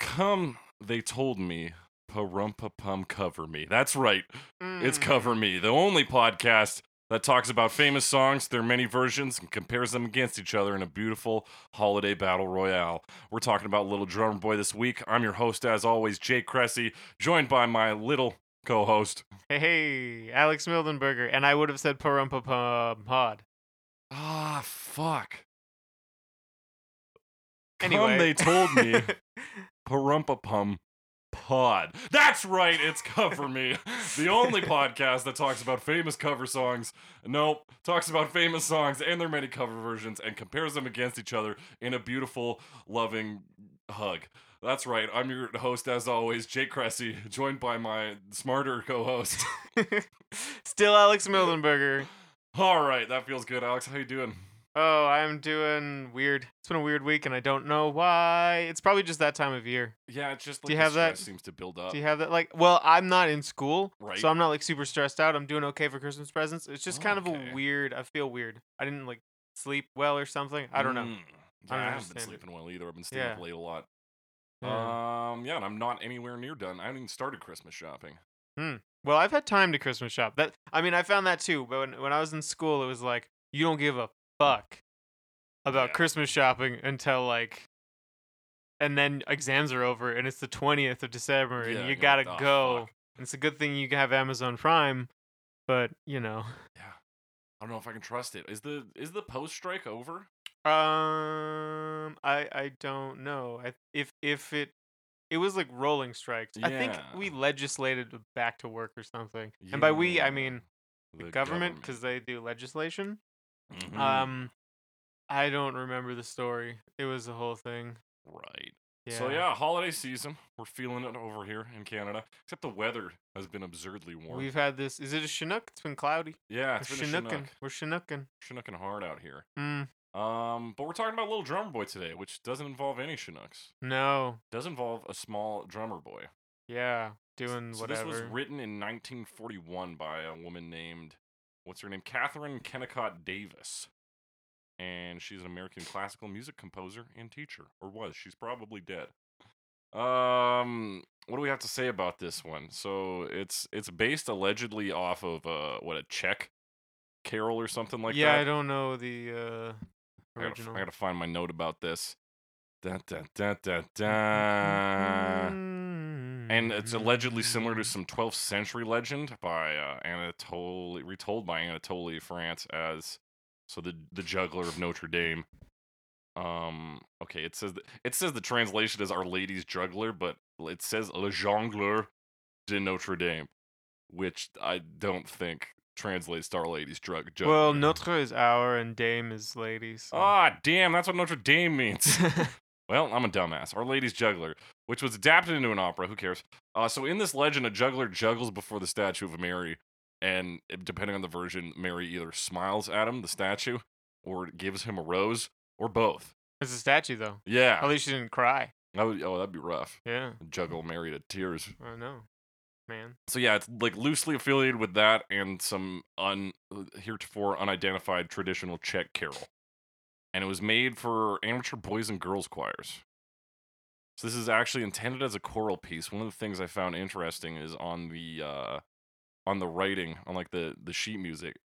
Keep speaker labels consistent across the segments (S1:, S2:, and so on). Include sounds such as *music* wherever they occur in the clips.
S1: Come, they told me. Parumpa pum cover me. That's right. It's
S2: Mm.
S1: Cover Me, the only podcast that talks about famous songs, their many versions, and compares them against each other in a beautiful holiday battle royale. We're talking about Little Drummer Boy this week. I'm your host, as always, Jake Cressy, joined by my little co host.
S2: Hey, hey, Alex Mildenberger, and I would have said parumpa
S1: *laughs*
S2: pum pod.
S1: Ah, fuck.
S2: Anyway.
S1: Come, they told *laughs* me. Parumpa Pum Pod. That's right, it's Cover Me, the only podcast that talks about famous cover songs. Nope, talks about famous songs and their many cover versions and compares them against each other in a beautiful, loving hug. That's right, I'm your host as always, Jake Cressy, joined by my smarter co host.
S2: *laughs* Still Alex Mildenberger.
S1: *laughs* All right, that feels good, Alex. How you doing?
S2: Oh, I'm doing weird. It's been a weird week, and I don't know why. It's probably just that time of year.
S1: Yeah, it's just like
S2: Do you
S1: the
S2: have that?
S1: stress seems to build up.
S2: Do you have that? Like, well, I'm not in school,
S1: Uh. Right.
S2: so I'm not like super stressed out. I'm doing okay for Christmas presents. It's just kind of
S1: Okay.
S2: a weird. I feel weird. I didn't like sleep well or something. I don't know.
S1: Mm. Yeah,
S2: I don't
S1: I, haven't been
S2: understand it.
S1: sleeping well either. I've been staying up
S2: Yeah.
S1: late a lot.
S2: Yeah.
S1: Um, yeah, and I'm not anywhere near done. I haven't even started Christmas shopping.
S2: Well, I've had time to Christmas shop. That I mean, I found that too. But when, when I was in school, it was like you don't give a fuck about
S1: Yeah.
S2: Christmas shopping until like, and then exams are over, and it's the twentieth of December, and
S1: Yeah,
S2: you
S1: you're like,
S2: gotta
S1: "Ah,
S2: go.
S1: fuck."
S2: And It's a good thing you have Amazon Prime, but you know, *laughs*
S1: Yeah, I don't know if I can trust it. Is the is the post strike over?
S2: um, I I don't know. I, if if it it was like rolling strikes. I think
S1: Yeah.
S2: we legislated back to work or something. And by we, I
S1: Yeah,
S2: mean the government because they do legislation.
S1: government. Mhm.
S2: Um, I don't remember the story. It was the whole thing.
S1: right. So yeah, holiday season. We're feeling it over here in Canada. Except the weather has been absurdly warm.
S2: we've had this. Is it a Chinook? It's been cloudy.
S1: yeah,
S2: We're
S1: it's been a
S2: Chinooking.
S1: Chinook.
S2: We're Chinooking.
S1: Chinooking hard out here.
S2: Mm,
S1: Um, but we're talking about Little Drummer Boy today, which doesn't involve any Chinooks.
S2: no.
S1: Does involve a small drummer boy.
S2: Yeah.
S1: S-
S2: Doing
S1: so
S2: whatever.
S1: This was written in 1941 by a woman named, what's her name? Catherine Kennicott Davis. And she's an American classical music composer and teacher, or was. She's probably dead. Um, what do we have to say about this one? So it's it's based allegedly off of uh what a Czech carol or something like
S2: yeah,
S1: that.
S2: I don't know the uh,
S1: I gotta, f-
S2: original.
S1: I gotta find my note about this. Da da da
S2: Mm,
S1: da da. And it's
S2: Mm-hmm.
S1: allegedly similar to some 12th century legend by uh, Anatoly, retold by Anatoly France as so the the juggler of Notre Dame. Um, okay, it says th- it says the translation is Our Lady's Juggler, but it says Le Jongleur de Notre Dame, which I don't think translates to Our Lady's drug Juggler.
S2: Well, Notre is our and Dame is ladies. so- *laughs*
S1: Ah, damn, that's what Notre Dame means. Well, I'm a dumbass. Our Lady's Juggler, which was adapted into an opera. Who cares? Uh, so in this legend, a juggler juggles before the statue of Mary, and uh, depending on the version, Mary either smiles at him, the statue, or gives him a rose, or both.
S2: it's a statue though.
S1: Yeah.
S2: At least she didn't cry.
S1: That would- oh, that'd be rough.
S2: Yeah.
S1: Juggle Mary to tears.
S2: I know, man.
S1: So yeah, it's like loosely affiliated with that and some un heretofore unidentified traditional Czech carol. And it was made for amateur boys and girls choirs. So this is actually intended as a choral piece. One of the things I found interesting is on the uh on the writing, on like the the sheet music,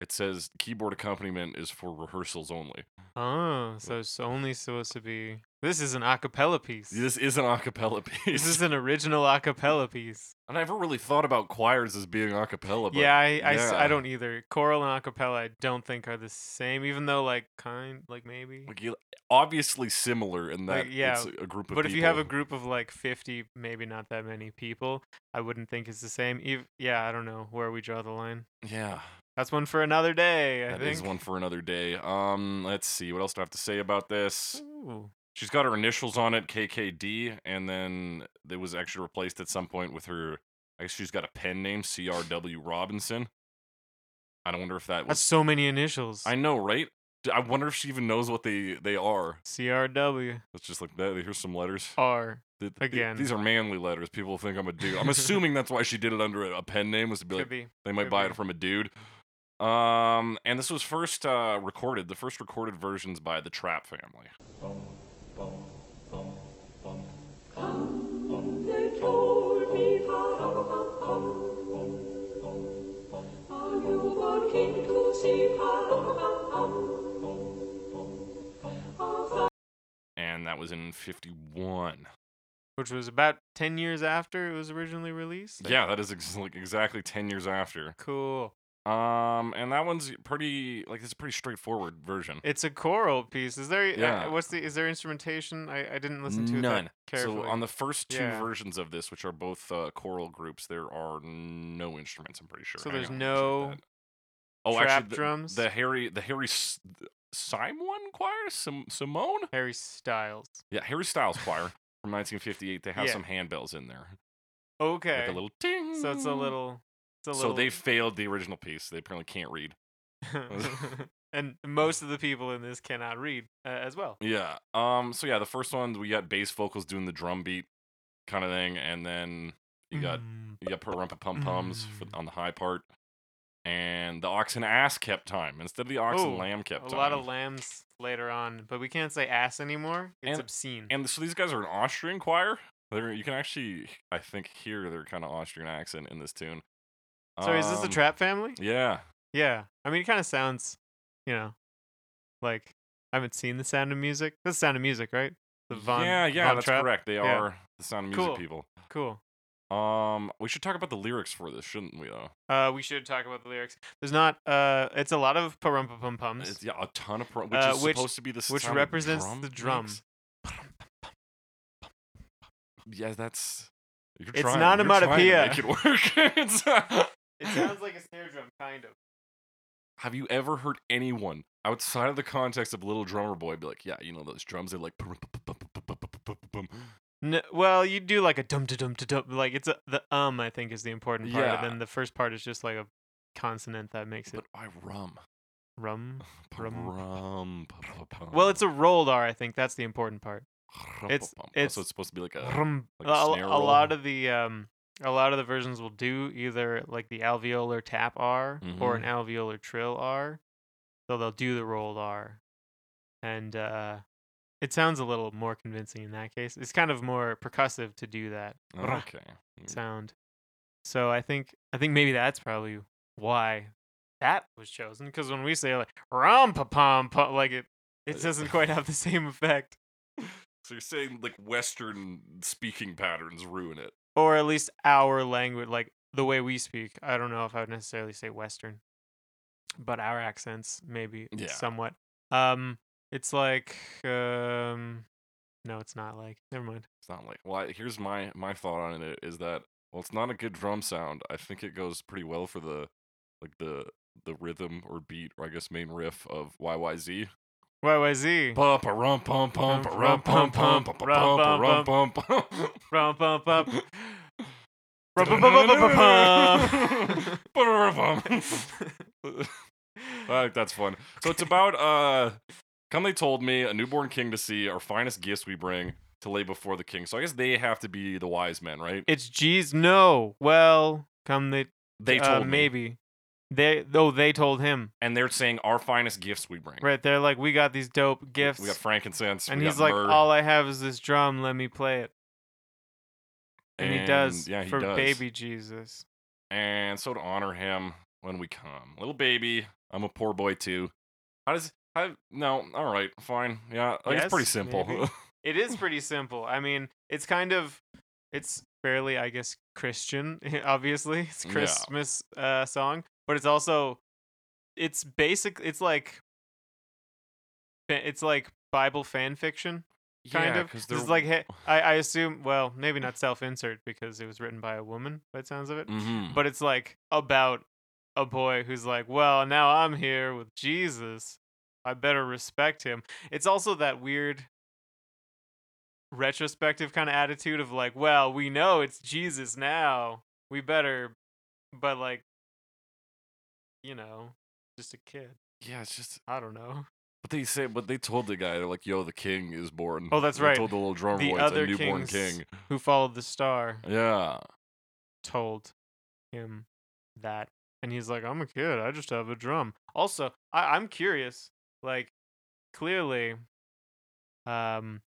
S1: it says keyboard accompaniment is for rehearsals only.
S2: Oh, so it's only supposed to be. This is an a cappella piece.
S1: This *laughs* is an a cappella piece.
S2: This is an original a cappella piece.
S1: I never really thought about choirs as being a cappella, Oh, but
S2: yeah, I, I s- I
S1: yeah.
S2: don't either. Choral and a cappella, I don't think are the same, even though, like, kind, like, maybe.
S1: like you- obviously similar in that
S2: Like, yeah,
S1: it's a- a group of
S2: But, if you have a
S1: people.
S2: group of, like, 50, maybe not that many people, I wouldn't think it's the same. Ev- yeah, I don't know where we draw the line.
S1: yeah
S2: That's one for another day, I
S1: that
S2: think.
S1: is one for another day um let's see what else do i have to say about this
S2: Ooh.
S1: she's got her initials on it kkd and then it was actually replaced at some point with her i guess she's got a pen name crw robinson i don't wonder if that was
S2: That's so many initials.
S1: i know right D- i wonder if she even knows what they they are
S2: CRW.
S1: it's just like that here's some letters
S2: R.
S1: Th- th-
S2: Oh, Again.
S1: these are manly letters people think i'm a dude i'm assuming that's why she did it under a, a pen name was to be like
S2: Could be.
S1: They might
S2: Could
S1: buy
S2: be.
S1: it from a dude. Um, and this was first uh, recorded. The first recorded versions by the Trap Family.
S3: Bum, bum, bum, bum. Come,
S1: and that was in 51.
S2: which was about 10 years after it was originally released.
S1: Yeah, that is ex- like exactly 10 years after.
S2: Cool.
S1: Um, and that one's pretty like it's a pretty straightforward version.
S2: It's a choral piece. Is there?
S1: Yeah.
S2: Uh, what's the? Is there instrumentation? I, I didn't listen to
S1: None.
S2: it that carefully.
S1: So on the first two
S2: Yeah.
S1: versions of this, which are both uh, choral groups, there are no instruments. I'm pretty sure.
S2: So
S1: Hang
S2: there's
S1: on, let me check
S2: no
S1: that. oh,
S2: trap
S1: actually, the,
S2: drums.
S1: The Harry, the Harry S- Simon Choir, Sim- Simone.
S2: Harry Styles.
S1: Yeah, Harry Styles Choir from 1958. They have
S2: Yeah.
S1: some handbells in there,
S2: Okay.
S1: like a little ting.
S2: so it's a little. It's a
S1: So
S2: little. *laughs*
S1: they failed the original piece. They apparently can't read.
S2: and most of the people in this cannot read uh, as well.
S1: Yeah. Um. So yeah, the first one we got bass vocals doing the drum beat kind of thing, and then you got
S2: Mm.
S1: You got perumpa pum pums for
S2: Mm.
S1: on the high part, and the ox and ass kept time instead of the ox
S2: Oh,
S1: and lamb kept
S2: a
S1: time.
S2: lot of lambs later on, but we can't say ass anymore. It's
S1: And-
S2: obscene.
S1: and so these guys are an Austrian choir. They're, you can actually, I think, hear their kind of Austrian accent in this tune.
S2: so is this the
S1: Um,
S2: trap family?
S1: Yeah,
S2: Yeah. I mean, it kind of sounds, you know, like I haven't seen the sound of music. That's the sound of music, right? The Von.
S1: yeah, yeah.
S2: Von
S1: that's
S2: Trapp?
S1: correct. They
S2: Yeah.
S1: are the Sound of Music
S2: Cool.
S1: people.
S2: Cool.
S1: Um, we should talk about the lyrics for this, shouldn't we? Though
S2: Uh, we should talk about the lyrics. There's not. Uh, it's a lot of parumpa pum pums,
S1: it's, yeah, a ton of pro- which
S2: Uh,
S1: is
S2: which-
S1: supposed to be the
S2: which
S1: sound of
S2: represents
S1: drum
S2: the drum.
S1: mix. Yeah, that's. You're
S2: It's
S1: trying,
S2: not
S1: you're trying
S2: onomatopoeia.
S1: to make it work. *laughs* It's-
S2: It sounds like a snare drum, kind of.
S1: Have you ever heard anyone outside of the context of Little Drummer Boy be like, yeah, you know those drums? They're like, "Pum, pum, pum, pum, pum, pum, pum, pum, pum, pum."
S2: No, well, you do like a dum to dum to dum. Like it's a, the um. I think is the important part,
S1: Yeah.
S2: and then the first part is just like a consonant that makes it
S1: but I rum,
S2: rum. Rum.
S1: rum, rum. pum, pum,
S2: Well, it's a
S1: pum,
S2: rolled R. I think that's the important part.
S1: rum,
S2: it's-
S1: pum, pum.
S2: it's-
S1: so it's supposed to be like a
S2: Rum.
S1: like
S2: A,
S1: a snare
S2: a lot
S1: roll.
S2: of the um, a lot of the versions will do either like the alveolar tap R or
S1: Mm-hmm.
S2: an alveolar trill R, so they'll do the rolled R, and uh, it sounds a little more convincing in that case. It's kind of more percussive to do that. Rum.
S1: okay. Mm.
S2: sound. So I think I think maybe that's probably why that was chosen. Because when we say like rom pa pom pom, like it it doesn't quite have the same effect,
S1: So you're saying like Western speaking patterns ruin it?
S2: or at least our language, like the way we speak. I don't know if I would necessarily say Western, but our accents maybe
S1: Yeah.
S2: somewhat. Um, it's like um, no, it's not like. Never mind.
S1: It's not like well. I- Here's my my thought on it is that well, it's not a good drum sound. I think it goes pretty well for the like the the rhythm or beat or I guess main riff of YYZ.
S2: YYZ.
S1: Pump a rum pum pump a rum pum pum pum rum pum pum.
S2: Rum pum
S1: *laughs*
S2: pum. Rum pum pum pum
S1: *laughs*
S2: *laughs* pum pum. *laughs*
S1: I think that's fun. So it's about uh come they told me a newborn king to see our finest gifts we bring to lay before the king. So I guess they have to be the wise men, right?
S2: It's G's. No. Well, come they.
S1: They
S2: uh,
S1: told me.
S2: maybe. They though they told him
S1: and they're saying our finest gifts we bring.
S2: right. They're like, we got these dope gifts,
S1: We got frankincense,
S2: and
S1: we
S2: he's
S1: got
S2: like,
S1: myrrh,
S2: all I have is this drum. Let me play it, and, he does
S1: Yeah, he
S2: for
S1: does.
S2: baby Jesus.
S1: And so to honor him when we come, little baby, I'm a poor boy too. How does? I no. All right, fine. Yeah, like it's pretty
S2: Yes,
S1: simple. *laughs*
S2: maybe. It is pretty simple. I mean, it's kind of, it's fairly, I guess, Christian. *laughs* Obviously, it's a
S1: Yeah.
S2: Christmas uh, song, but it's also, it's basic. It's like, fa- it's like Bible fan fiction. kind
S1: yeah,
S2: of.
S1: 'cause
S2: This
S1: they're-
S2: is like, *laughs* hey, I, I assume, well, maybe not self-insert because it was written by a woman, by the sounds of it.
S1: Mhm.
S2: But it's like about a boy who's like, well, now I'm here with Jesus. I better respect him. It's also that weird retrospective kind of attitude of like, well, we know it's Jesus now. We better, but like, you know, just a kid.
S1: yeah, it's just.
S2: I don't know. *laughs*
S1: But they say, but they told the guy, they're like, "Yo, the king is born."
S2: Oh, that's
S1: They
S2: right.
S1: Told the little drummer
S2: The
S1: boy,
S2: other
S1: it's a newborn
S2: kings-
S1: king.
S2: Who followed the star?
S1: Yeah,
S2: told him that and he's like i'm a kid i just have a drum also I- i'm curious like clearly um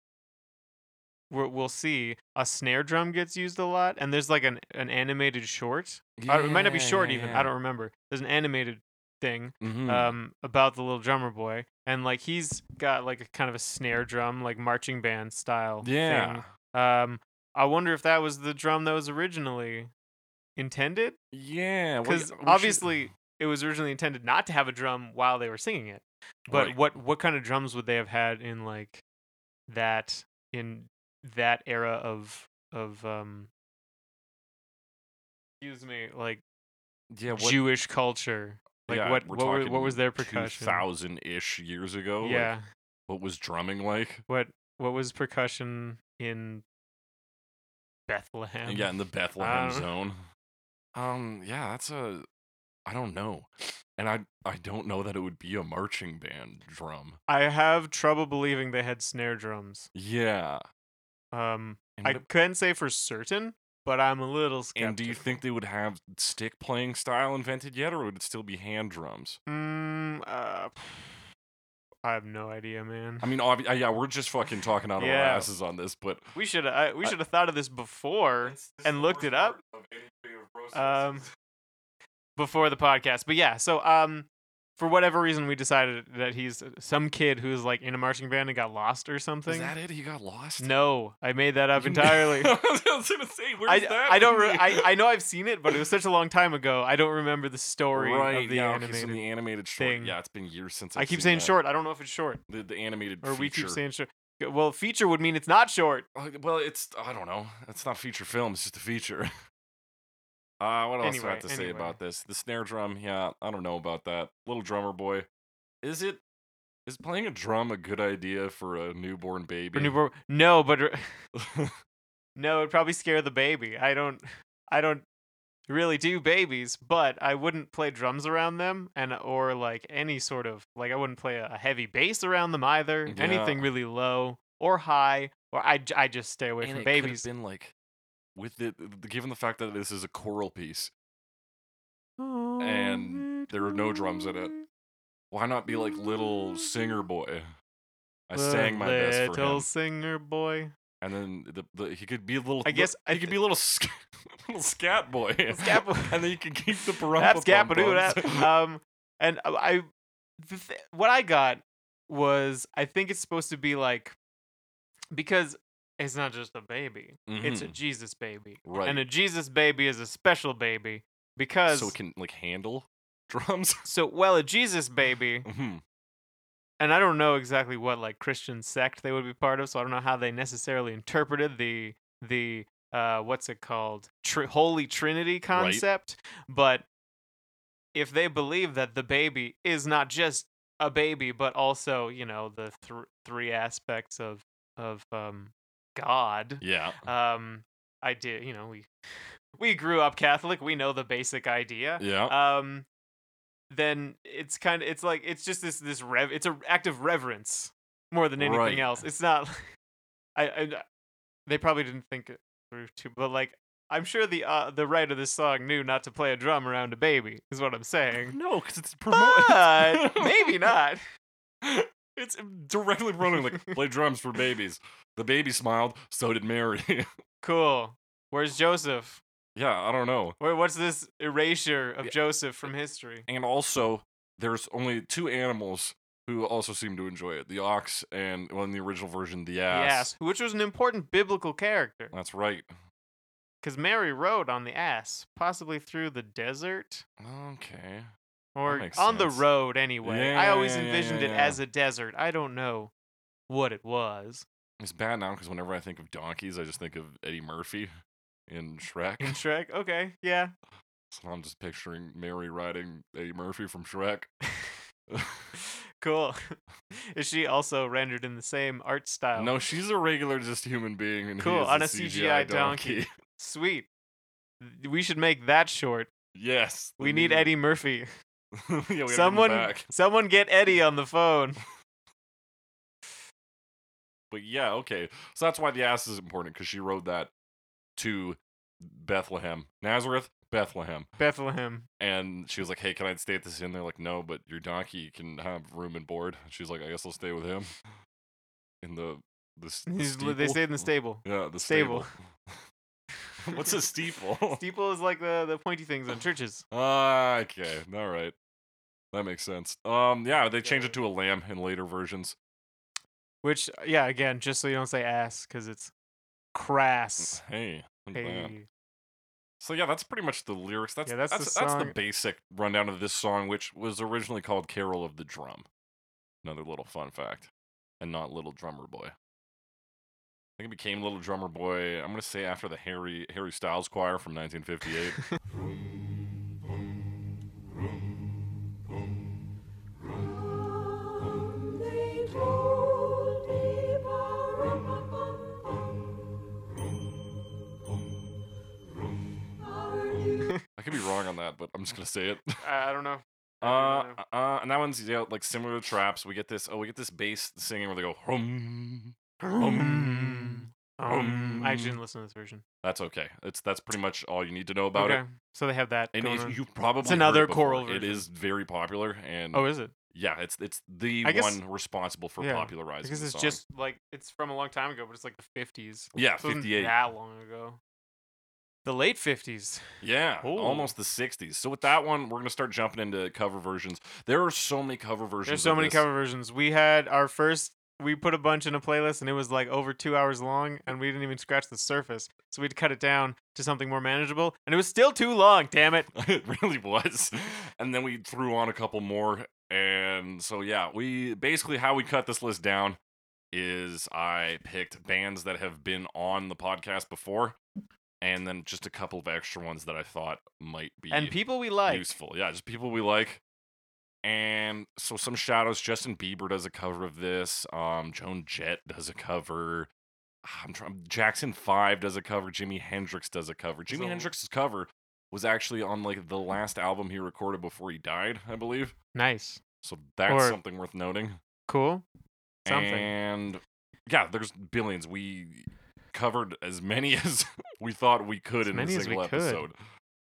S2: we're- we'll see a snare drum gets used a lot and there's like an, an animated short I- it might not be
S1: Yeah,
S2: short
S1: yeah,
S2: even
S1: yeah.
S2: i don't remember there's an animated thing
S1: Mhm.
S2: um, about the little drummer boy, and like he's got like a kind of a snare drum, like marching band style.
S1: yeah.
S2: Thing. Um, I wonder if that was the drum that was originally intended,
S1: Yeah. we-
S2: because
S1: we should-
S2: obviously it was originally intended not to have a drum while they were singing it. But
S1: Right.
S2: what what kind of drums would they have had in like that in that era of of um excuse me like
S1: yeah, what,
S2: Jewish culture like
S1: yeah,
S2: what
S1: we're
S2: what, were,
S1: talking
S2: what was their percussion?
S1: 2000 ish years ago. like,
S2: yeah.
S1: what was drumming like?
S2: what what was percussion in Bethlehem?
S1: yeah, in the Bethlehem
S2: don't-
S1: zone. Um, yeah, that's a. I don't know, and I I don't know that it would be a marching band drum.
S2: I have trouble believing they had snare drums.
S1: Yeah.
S2: Um,
S1: And,
S2: I
S1: what-
S2: couldn't say for certain, but I'm a little skeptical.
S1: and do you think they would have stick playing style invented yet, or would it still be hand drums?
S2: Mm, uh, *sighs* I have no idea, man.
S1: I mean, obvi- uh, yeah, we're just fucking talking out of our
S2: Yeah.
S1: asses on this, but
S2: we should I, we
S1: I-
S2: should have thought of this before and looked it up. Um, before the podcast. But yeah, so um, for whatever reason, we decided that he's uh, some kid who's like in a marching band and got lost or something.
S1: Is that it? He got lost.
S2: No, I made that
S1: *laughs*
S2: up
S1: You-
S2: entirely.
S1: I was gonna say, where's
S2: I,
S1: that?
S2: I don't
S1: in
S2: re-
S1: the-
S2: I,
S1: *laughs*
S2: I know I've seen it, but it was such a long time ago. I don't remember the story
S1: right,
S2: of the
S1: yeah, okay, so
S2: animated.
S1: the animated short.
S2: thing.
S1: Yeah, it's been years since I've
S2: I keep
S1: seen
S2: saying
S1: that.
S2: short. I don't know if it's short
S1: The, the animated
S2: or we keep
S1: feature.
S2: saying short. G- Well, feature would mean it's not short.
S1: Uh, well, it's I don't know. It's not feature film. It's just a feature. *laughs* Uh, what else do I
S2: Anyway,
S1: have to say
S2: anyway.
S1: about this? The snare drum. Yeah, I don't know about that. Little drummer boy. Is it? Is playing a drum a good idea for a newborn baby?
S2: For
S1: *laughs*
S2: newborn, no, but r-
S1: newborn.
S2: *laughs* no, it'd probably scare the baby. I don't, I don't really do babies, but I wouldn't play drums around them, and or like any sort of like I wouldn't play a a heavy bass around them either.
S1: Yeah.
S2: Anything really low or high, or I, j- I just stay away
S1: and
S2: from
S1: it could've
S2: babies.
S1: been like, with it, given the fact that this is a choral piece, and there are no drums in it. why not be like little singer boy? I sang my
S2: little
S1: best for him,
S2: singer boy.
S1: and then the, the, he could be a little.
S2: I guess
S1: he could be a little, sc- *laughs* little scat boy,
S2: Scat boy.
S1: *laughs* and then you could *laughs* keep
S2: *laughs*
S1: the
S2: That's Gapadoo.
S1: parappa-pum-pums. *laughs*
S2: That um, and I- I, the th- what I got was I think it's supposed to be like, because it's not just a baby; it's a
S1: Mhm.
S2: Jesus baby,
S1: right.
S2: and a Jesus baby is a special baby because
S1: so it can like handle drums. *laughs*
S2: so well a Jesus baby,
S1: Mhm.
S2: and I don't know exactly what like Christian sect they would be part of, so I don't know how they necessarily interpreted the the uh what's it called Tr- Holy Trinity concept, but if they believe that the baby is not just a baby, but also you know the thr three aspects of of um God,
S1: Yeah.
S2: um I did you know we we grew up Catholic, we know the basic idea,
S1: Yeah.
S2: um then it's kind of it's like it's just this this rev it's an act of reverence more than anything
S1: Right.
S2: else it's not *laughs* I, I they probably didn't think it through too but like i'm sure the uh, the writer of this song knew not to play a drum around a baby is what
S1: *laughs*
S2: i'm
S1: *laughs*
S2: saying
S1: no, because it's promoting.
S2: but
S1: *laughs*
S2: maybe not
S1: It's directly promoting like
S2: *laughs*
S1: play drums for babies. The baby smiled. So did Mary. *laughs*
S2: cool where's joseph
S1: yeah, I don't know.
S2: Where, what's this erasure of
S1: Yeah.
S2: joseph from history
S1: And also, there's only two animals who also seem to enjoy it: the ox and, well, in the original version, the ass.
S2: yes which was an important biblical character
S1: That's right.
S2: because mary rode on the ass possibly through the desert
S1: Okay.
S2: or
S1: makes
S2: on the
S1: sense.
S2: road anyway.
S1: Yeah,
S2: I
S1: yeah,
S2: always
S1: yeah, yeah,
S2: envisioned it
S1: yeah.
S2: as a desert. I don't know what it was
S1: It's bad now because whenever I think of donkeys, I just think of Eddie Murphy in Shrek.
S2: in Shrek. Okay, yeah,
S1: *laughs*
S2: *laughs*
S1: So I'm just picturing Mary riding Eddie Murphy from Shrek. *laughs*
S2: cool. *laughs* Is she also rendered in the same art style?
S1: no, she's a regular, just human being, and he
S2: Cool,
S1: is
S2: on
S1: a
S2: a CGI donkey. *laughs* sweet. Th- We should make that short.
S1: *laughs* yes,
S2: *laughs* We need Eddie Murphy.
S1: *laughs* yeah, we someone.
S2: Someone,
S1: Back.
S2: someone get Eddie on the phone.
S1: But yeah, okay. So that's why the ass is important because she rode that to Bethlehem, Nazareth, Bethlehem,
S2: Bethlehem.
S1: and she was like, "Hey, can I stay at this inn?" They're like, "No, but your donkey can have room and board." She's like, "I guess I'll stay with him." *laughs* In the the, s- the
S2: He's li- they
S1: steeple.
S2: stayed in the stable.
S1: *laughs* Yeah, the
S2: Stable.
S1: stable. *laughs* What's a
S2: *laughs*
S1: steeple? *laughs*
S2: Steeple is like the, the pointy things on churches.
S1: Ah, okay. All right. That makes sense. Um, yeah, they changed it to a lamb in later versions.
S2: Which, yeah, again, just so you don't say ass, because it's crass.
S1: Hey, look at that.
S2: Hey.
S1: so yeah, that's pretty much the lyrics. That's
S2: Yeah,
S1: that's
S2: that's the
S1: that's the,
S2: song.
S1: basic rundown of this song, which was originally called "Carol of the Drum." Another little fun fact, and not "Little Drummer Boy." I think it became "Little Drummer Boy." I'm gonna say after the Harry Harry Styles Choir from 1958. I could be wrong on that, but I'm just gonna say it.
S2: I, *laughs* I don't know.
S1: Uh,
S2: don't
S1: uh, and that one's you know, like similar to traps. We get this. Oh, we get this bass singing where they go hum. Um,
S2: Um, I
S1: um.
S2: actually didn't listen to this version.
S1: That's okay. It's that's pretty much all you need to know about it.
S2: So they have that.
S1: And
S2: going
S1: if
S2: on.
S1: you probably heard
S2: another
S1: it before.
S2: choral
S1: It
S2: version.
S1: is very popular, and
S2: oh, is it?
S1: yeah, it's it's the
S2: I guess-
S1: one responsible for
S2: yeah,
S1: popularizing
S2: Because
S1: the
S2: it's
S1: song.
S2: just like it's from a long time ago, but it's like the 50s.
S1: yeah,
S2: It wasn't
S1: fifty eight.
S2: that long ago. The late 50s.
S1: Yeah,
S2: Ooh.
S1: almost the sixties. So with that one, we're gonna start jumping into cover versions. There are so many cover versions.
S2: There's so
S1: of
S2: many
S1: this.
S2: cover versions. We had our first. We put a bunch in a playlist, and it was like over two hours long, and we didn't even scratch the surface. So we had to cut it down to something more manageable, and it was still too long. Damn it!
S1: *laughs* it really was. And then we threw on a couple more. And so, yeah, we basically how we cut this list down is I picked bands that have been on the podcast before and then just a couple of extra ones that I thought might be
S2: And people we like.
S1: useful. Yeah, just people we like. And so some shadows. Justin Bieber does a cover of this. Um, Joan Jett does a cover. Ah, I'm trying. Jackson Five does a cover. Jimi Hendrix does a cover.
S2: There's
S1: Jimi
S2: a-
S1: Hendrix's cover was actually on like the last album he recorded before he died, I believe.
S2: Nice,
S1: So that's
S2: Or-
S1: something worth noting.
S2: cool, something.
S1: And yeah, there's billions. We covered as many *laughs* as we thought we could
S2: As
S1: in
S2: many
S1: a
S2: as we
S1: single
S2: could.
S1: episode.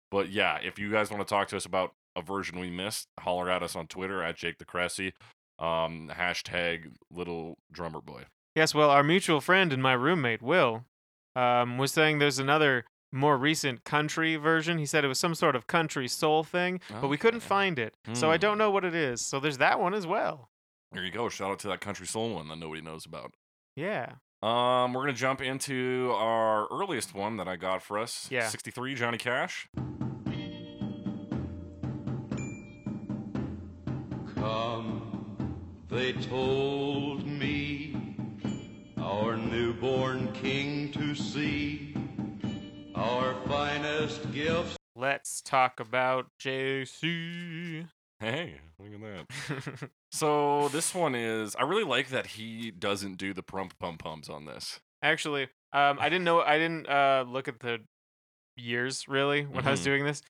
S1: But yeah, if you guys want to talk to us about a version we missed, holler at us on Twitter at Jake the Cressy. Um, hashtag little drummer boy.
S2: Yes, well, our mutual friend and my roommate, Will, um, was saying there's another more recent country version. He said it was some sort of country soul thing, but we couldn't
S1: Okay.
S2: find it. So I don't
S1: Hmm.
S2: know what it is. So there's that one as well.
S1: There you go. Shout out to that country soul one that nobody knows about.
S2: Yeah.
S1: Um, we're gonna jump into our earliest one that I got for us.
S2: Yeah.
S1: 63 Johnny Cash.
S3: Come, they told me, our newborn king to see, our finest gifts.
S2: Let's talk about JC.
S1: Hey, look at that. So this one is I really like that he doesn't do the prump pum pums on this.
S2: *laughs* Actually, um, I didn't know. I didn't uh, look at the years really when I was
S1: Mhm.
S2: doing this.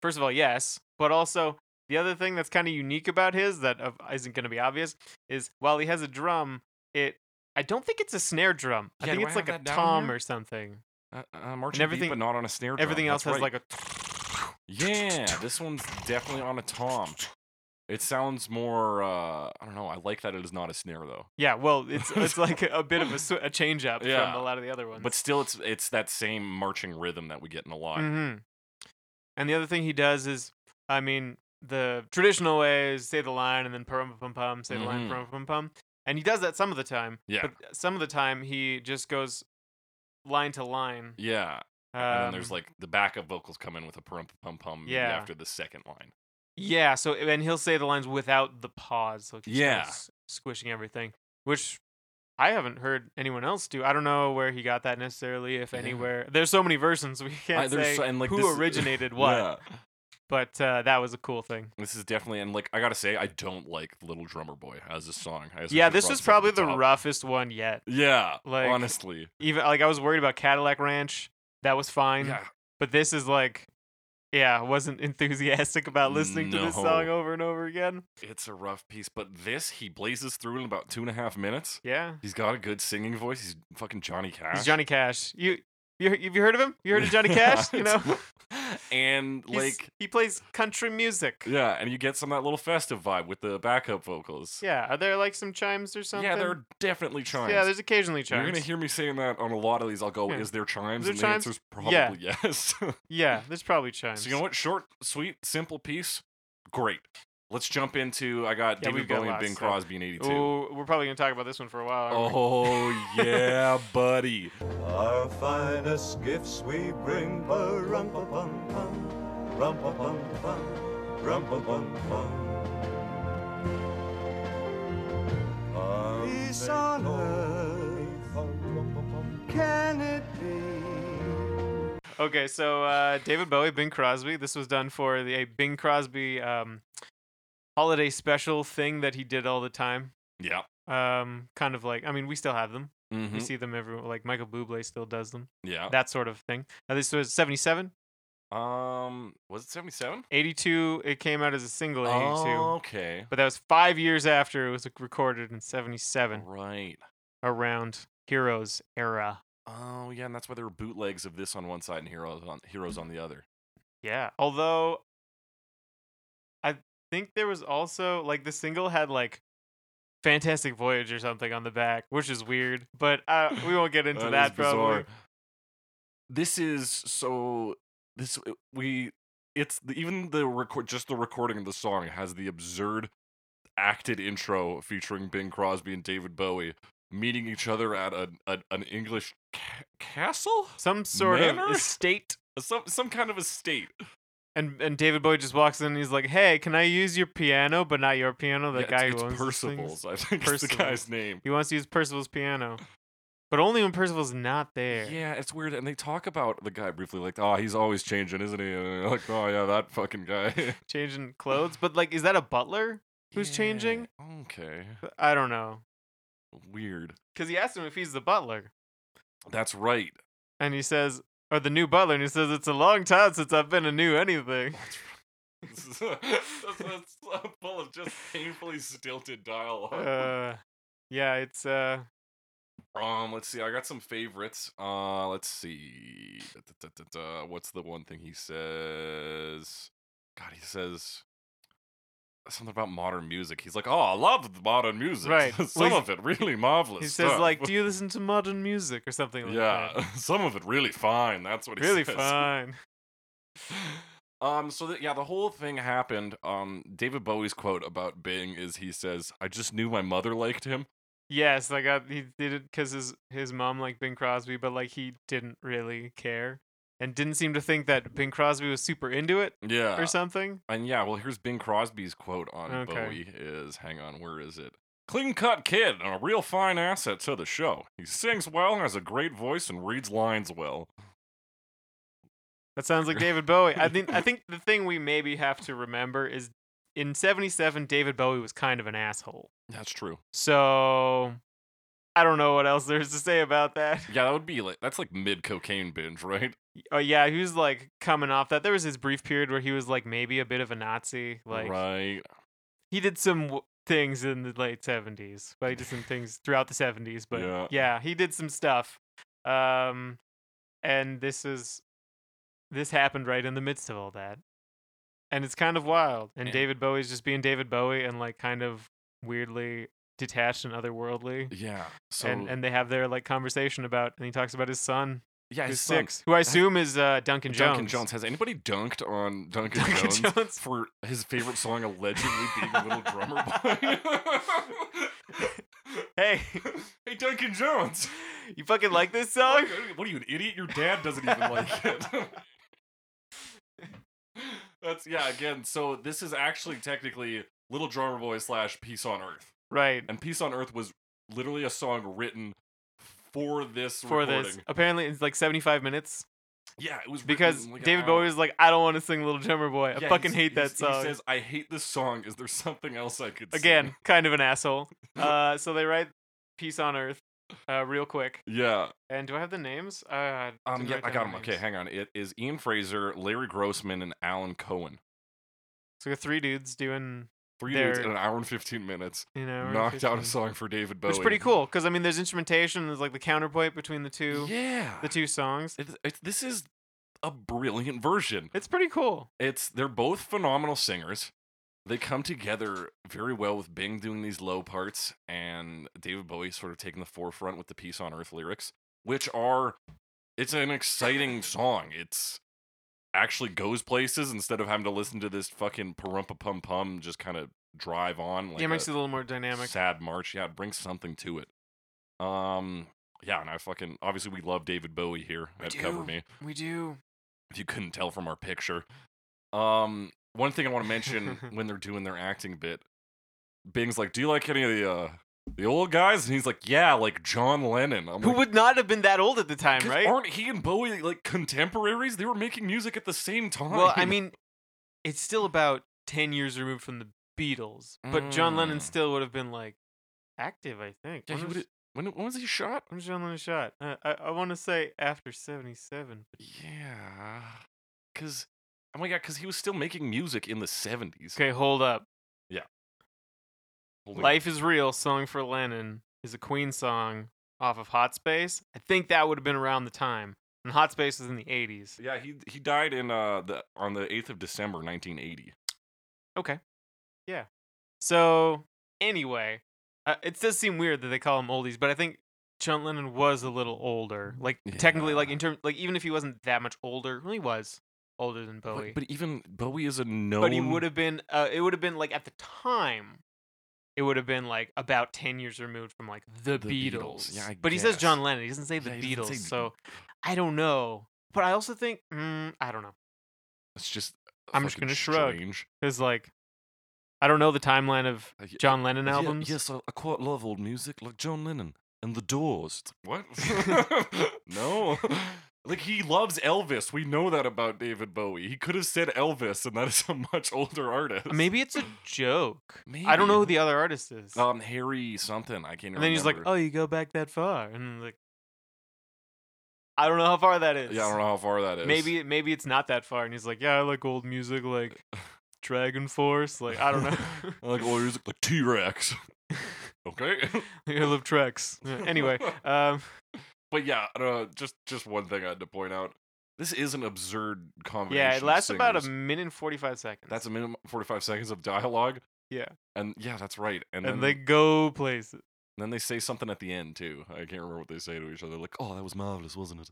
S2: First of all, yes, but also the other thing that's kind of unique about his that uh, isn't going to be obvious is while he has a drum, it I don't think it's a snare drum. I
S1: Yeah,
S2: think
S1: do
S2: it's
S1: I
S2: like
S1: have that
S2: a
S1: down
S2: tom
S1: here?
S2: or something.
S1: Uh, uh, marching everything,
S2: everything-
S1: but not on a snare.
S2: Everything else has like a
S1: yeah. This one's definitely on a tom. It sounds more. uh I don't know. I like that it is not a snare though.
S2: yeah. Well,
S1: *laughs*
S2: it's it's like a bit of a, sw- a change up
S1: Yeah.
S2: from a lot of the other ones.
S1: But still, it's it's that same marching rhythm that we get in a lot.
S2: Mm-hmm. And the other thing he does is, I mean, the traditional way is say the line and then pum pum pum, say the
S1: Mhm.
S2: line, pum pum pum. And he does that some of the time.
S1: Yeah.
S2: But some of the time he just goes line to line.
S1: Yeah, and then
S2: um,
S1: there's like the backup vocals come in with a pum pum pum maybe
S2: Yeah.
S1: after the second line.
S2: Yeah, so and he'll say the lines without the pause, like just kinda
S1: Yeah.
S2: s- squishing everything, which I haven't heard anyone else do. I don't know where he got that necessarily, if
S1: Yeah.
S2: anywhere. There's so many versions we *laughs* can't
S1: there's
S2: say
S1: so- and, like,
S2: who
S1: this-
S2: originated
S1: *laughs*
S2: what,
S1: Yeah.
S2: but uh, that was a cool thing.
S1: This is definitely and like I gotta say I don't like Little Drummer Boy as a song. I guess I
S2: yeah,
S1: should've
S2: this
S1: brought
S2: was
S1: up at
S2: probably the
S1: top.
S2: roughest one yet.
S1: Yeah,
S2: Like-
S1: honestly,
S2: Even like I was worried about Cadillac Ranch, that was fine.
S1: yeah,
S2: But this is like, yeah, I wasn't *laughs* enthusiastic about listening to this song
S1: No.
S2: over and over again.
S1: it's a rough piece. But this he blazes through in about two and a half minutes.
S2: Yeah,
S1: He's got a good singing voice. He's fucking Johnny Cash.
S2: he's Johnny Cash. You, you, have you heard of him? You heard
S1: *laughs*
S2: of Johnny Cash? You know,
S1: and
S2: He's-
S1: like
S2: he plays country music.
S1: yeah, and you get some of that little festive vibe with the backup vocals.
S2: Yeah, Are there like some chimes or something?
S1: yeah, there are definitely chimes.
S2: Yeah, there's occasionally chimes.
S1: You're gonna hear me saying that on a lot of these. I'll go,
S2: Yeah.
S1: is there chimes?
S2: there
S1: and the
S2: chimes?
S1: answer's probably
S2: Yeah.
S1: yes. *laughs*
S2: yeah, there's probably chimes.
S1: So you know what? Short, sweet, simple piece. Great. Let's jump into. I got
S2: Yeah,
S1: David
S2: we've got
S1: Bowie and
S2: lots,
S1: Bing
S2: so-
S1: Crosby in '82.
S2: Ooh, we're probably gonna talk about this one for a while. aren't we?
S1: *laughs* Oh yeah, buddy.
S4: Our finest gifts we bring, ba-rum-pa-pum-pum, rum-pa-pum-pum, rum-pa-pum-pum. Peace on earth, can it be?
S2: Okay, so uh, David Bowie, Bing Crosby. This was done for the a Bing Crosby um, holiday special thing that he did all the time.
S1: Yeah.
S2: Um, kind of like I mean, we still have them.
S1: hmm
S2: We see them every like Michael Bublé still does them.
S1: Yeah.
S2: That sort of thing. Now this was 77,
S1: Um, was it '77?
S2: 82. It came out as a single in 82,
S1: Oh. okay.
S2: but that was five years after it was like, recorded in 77,
S1: Right.
S2: around Heroes era.
S1: Oh yeah, and that's why there were bootlegs of this on one side and heroes on heroes on the other.
S2: Yeah. Although I think there was also like the single had like Fantastic Voyage or something on the back, which is weird, but uh, we won't get into that,
S1: That is
S2: probably.
S1: bizarre. This is so. This uh, we. It's the, even the record. Just the recording of the song has the absurd acted intro featuring Bing Crosby and David Bowie meeting each other at a, a an English ca- castle,
S2: Some sort
S1: Manor?
S2: of estate.
S1: some some kind of estate.
S2: And and David Bowie just walks in and he's like, "Hey, can I use your piano, but not your piano? Oh, The
S1: Yeah,
S2: guy
S1: it's,
S2: who owns
S1: it's
S2: this thing
S1: Percival's. I think *laughs* is the
S2: Percival's.
S1: guy's name.
S2: He wants to use Percival's piano, but only when Percival's not there.
S1: Yeah, it's weird. And they talk about the guy briefly, like, oh, he's always changing, isn't he? And you're like, oh, yeah, that fucking guy. *laughs*
S2: Changing clothes, but like, is that a butler who's
S1: Yeah,
S2: changing?
S1: Okay.
S2: I don't know,
S1: Weird.
S2: because he asked him if he's the butler.
S1: That's right.
S2: and he says, or the new butler, and he says, "It's a long time since I've been a new anything."
S1: This is a- *laughs* that's, that's *laughs* a full of just painfully stilted dialogue.
S2: Uh, yeah, it's uh,
S1: um, let's see. I got some favorites. Uh, let's see. Da, da, da, da, da. What's the one thing he says? God, he says something about modern music. He's like, "Oh, I love modern music. *laughs*
S2: Right. Well,
S1: Some
S2: he's-
S1: of it really marvelous."
S2: he says
S1: stuff."
S2: like, "Do you listen to modern music or something
S1: *laughs*
S2: like that?"
S1: Yeah, some of it really fine. That's what he
S2: Really
S1: says.
S2: fine.
S1: *laughs* Um, so that, yeah, the whole thing happened. Um, David Bowie's quote about Bing is he says, "I just knew my mother liked him."
S2: Yes, like I, he did it because his his mom liked Bing Crosby, but like he didn't really care and didn't seem to think that Bing Crosby was super into it
S1: Yeah,
S2: or something.
S1: and yeah, well, here's Bing Crosby's quote on
S2: Okay.
S1: Bowie is, "Hang on, where is it?" Clean cut kid and a real fine asset to the show. He sings well, has a great voice, and reads lines well.
S2: That sounds like David Bowie. I think I think the thing we maybe have to remember is in '77, David Bowie was kind of an asshole.
S1: That's true.
S2: So I don't know what else there's to say about that. *laughs*
S1: Yeah, that would be like that's like mid cocaine binge, right?
S2: Oh yeah, he was like coming off that. There was his brief period where he was like maybe a bit of a Nazi. Like
S1: right.
S2: he did some w- things in the late seventies. Well, he did some things throughout the seventies, but yeah.
S1: Yeah.
S2: he did some stuff. Um, and this is this happened right in the midst of all that, and it's kind of wild. And
S1: Yeah.
S2: David Bowie's just being David Bowie and like kind of weirdly detached and otherworldly.
S1: Yeah. So
S2: and and they have their like conversation about and he talks about his son
S1: yeah,
S2: who's
S1: his son-
S2: six who i assume is uh duncan jones
S1: Duncan Jones.
S2: *laughs*
S1: Has anybody dunked on Duncan,
S2: Duncan
S1: Jones, *laughs*
S2: Jones.
S1: for his favorite song allegedly being
S2: *laughs*
S1: Little Drummer Boy?
S2: hey
S1: hey, Duncan Jones.
S2: you fucking like
S1: *laughs*
S2: this song
S1: What are you, an idiot? Your dad doesn't even
S2: *laughs*
S1: like it. That's, yeah, again, so this is actually technically Little Drummer Boy slash Peace on Earth.
S2: right
S1: And Peace on Earth was literally a song written for this
S2: for
S1: recording.
S2: this apparently it's like 75 minutes
S1: Yeah, it was written
S2: because
S1: in, like, an
S2: david
S1: hour.
S2: bowie was like i don't want to sing little drummer boy i
S1: Yeah,
S2: fucking
S1: he's-
S2: hate that
S1: he's-
S2: song
S1: He says, "I hate this song. Is there something else I could sing?"
S2: *laughs* again kind of
S1: *laughs*
S2: an asshole uh so they write peace on earth uh real quick
S1: Yeah.
S2: and do i have the names uh
S1: Um.
S2: didn't
S1: Yeah.
S2: write
S1: I
S2: down
S1: got him.
S2: the
S1: Okay,
S2: names.
S1: hang on. It is Ian Fraser, Larry Grossman, and Alan Cohen.
S2: so we got three dudes doing
S1: Three dudes
S2: They're-
S1: in an hour and fifteen minutes
S2: you know
S1: knocked out a song for David Bowie.
S2: It's pretty cool because I mean, there's instrumentation. There's like the counterpoint between the two,
S1: Yeah.
S2: the two songs.
S1: It's- it's- this is a brilliant version.
S2: It's pretty cool.
S1: It's they're both phenomenal singers. They come together very well with Bing doing these low parts and David Bowie sort of taking the forefront with the Peace on Earth lyrics, which are it's an exciting song. It's actually goes places instead of having to listen to this fucking parumpa pum pum just kind of drive on like
S2: yeah, it makes
S1: a
S2: it a little more dynamic.
S1: sad march. Yeah, it brings something to it. Um, yeah, and I fucking obviously we love David Bowie here
S2: We
S1: at Cover
S2: do.
S1: Me.
S2: We do.
S1: If you couldn't tell from our picture, um, one thing I want to
S2: *laughs*
S1: mention when they're doing their acting bit, Bing's like, "Do you like any of the uh the old guys?" And he's like, "Yeah, like John Lennon." I'm
S2: Who
S1: like,
S2: would not have been that old at the time,
S1: *laughs* 'Cause
S2: right?
S1: Aren't he and Bowie like contemporaries? They were making music at the same time.
S2: Well, I mean, it's still about 10 years removed from the Beatles, but John Lennon
S1: Mm.
S2: still would have been like active, I think.
S1: yeah,
S2: when,
S1: he
S2: was,
S1: would- *laughs* when, when was he shot?
S2: when was John Lennon shot? Uh, I, I want to say after 77. but-
S1: Yeah, because oh my god, because he was still making music in the seventies.
S2: Okay, hold up. Life is Real, sung for Lennon, is a Queen song off of Hot Space. I think that would have been around the time. And Hot Space was in the 80s.
S1: Yeah, he he died in uh the on the eighth of December, nineteen eighty.
S2: Okay. Yeah. So, anyway, uh, it does seem weird that they call him oldies, but I think John Lennon was a little older. Like, technically, like,
S1: Yeah.
S2: in terms, like, even if he wasn't that much older, well, he was older than Bowie.
S1: But, but even Bowie is a known.
S2: But he would have been, uh, it would have been, like, at the time, it would have been, like, about 10 years removed from, like, the,
S1: The Beatles.
S2: Beatles.
S1: Yeah, I
S2: but he says
S1: guess.
S2: John Lennon. He doesn't say the
S1: Yeah, he
S2: Beatles.
S1: doesn't say-
S2: So, I don't know. But I also think, mm, I don't know.
S1: It's just.
S2: I'm just
S1: fucking
S2: gonna shrug.
S1: strange.
S2: There's, like, I don't know the timeline of
S1: Uh, y-
S2: John Lennon
S1: yeah,
S2: albums.
S1: yes, I, I quite love old music, like John Lennon and the Doors. It's like,
S2: *laughs*
S1: what? *laughs* no. Like he loves Elvis. We know that about David Bowie. He could have said Elvis, and that is a much older artist.
S2: Maybe it's a joke. I don't know who
S1: Maybe.
S2: the other artist is.
S1: Um, Harry something. I can't.
S2: and then he's like,
S1: remember.
S2: "Oh, you go back that far," and I'm like, I don't know how far that is.
S1: yeah, I don't know how far that is.
S2: Maybe maybe it's not that far, and he's like, "Yeah, I like old
S1: *laughs*
S2: music, like Dragon Force, like I don't know, *laughs*
S1: I like old music, like T Rex. okay.
S2: I love Trex." Yeah,
S1: *laughs*
S2: Anyway, um,
S1: But yeah, I don't know, just just one thing I had to point out. This is an absurd combination.
S2: yeah, it
S1: of
S2: lasts about a
S1: singers.
S2: minute and forty-five seconds.
S1: That's a minimum forty-five seconds of dialogue.
S2: Yeah.
S1: and yeah, that's right. And,
S2: and,
S1: then
S2: they go places.
S1: then they say something at the end too. I can't remember what they say to each other. Like, oh, that was marvelous, wasn't it?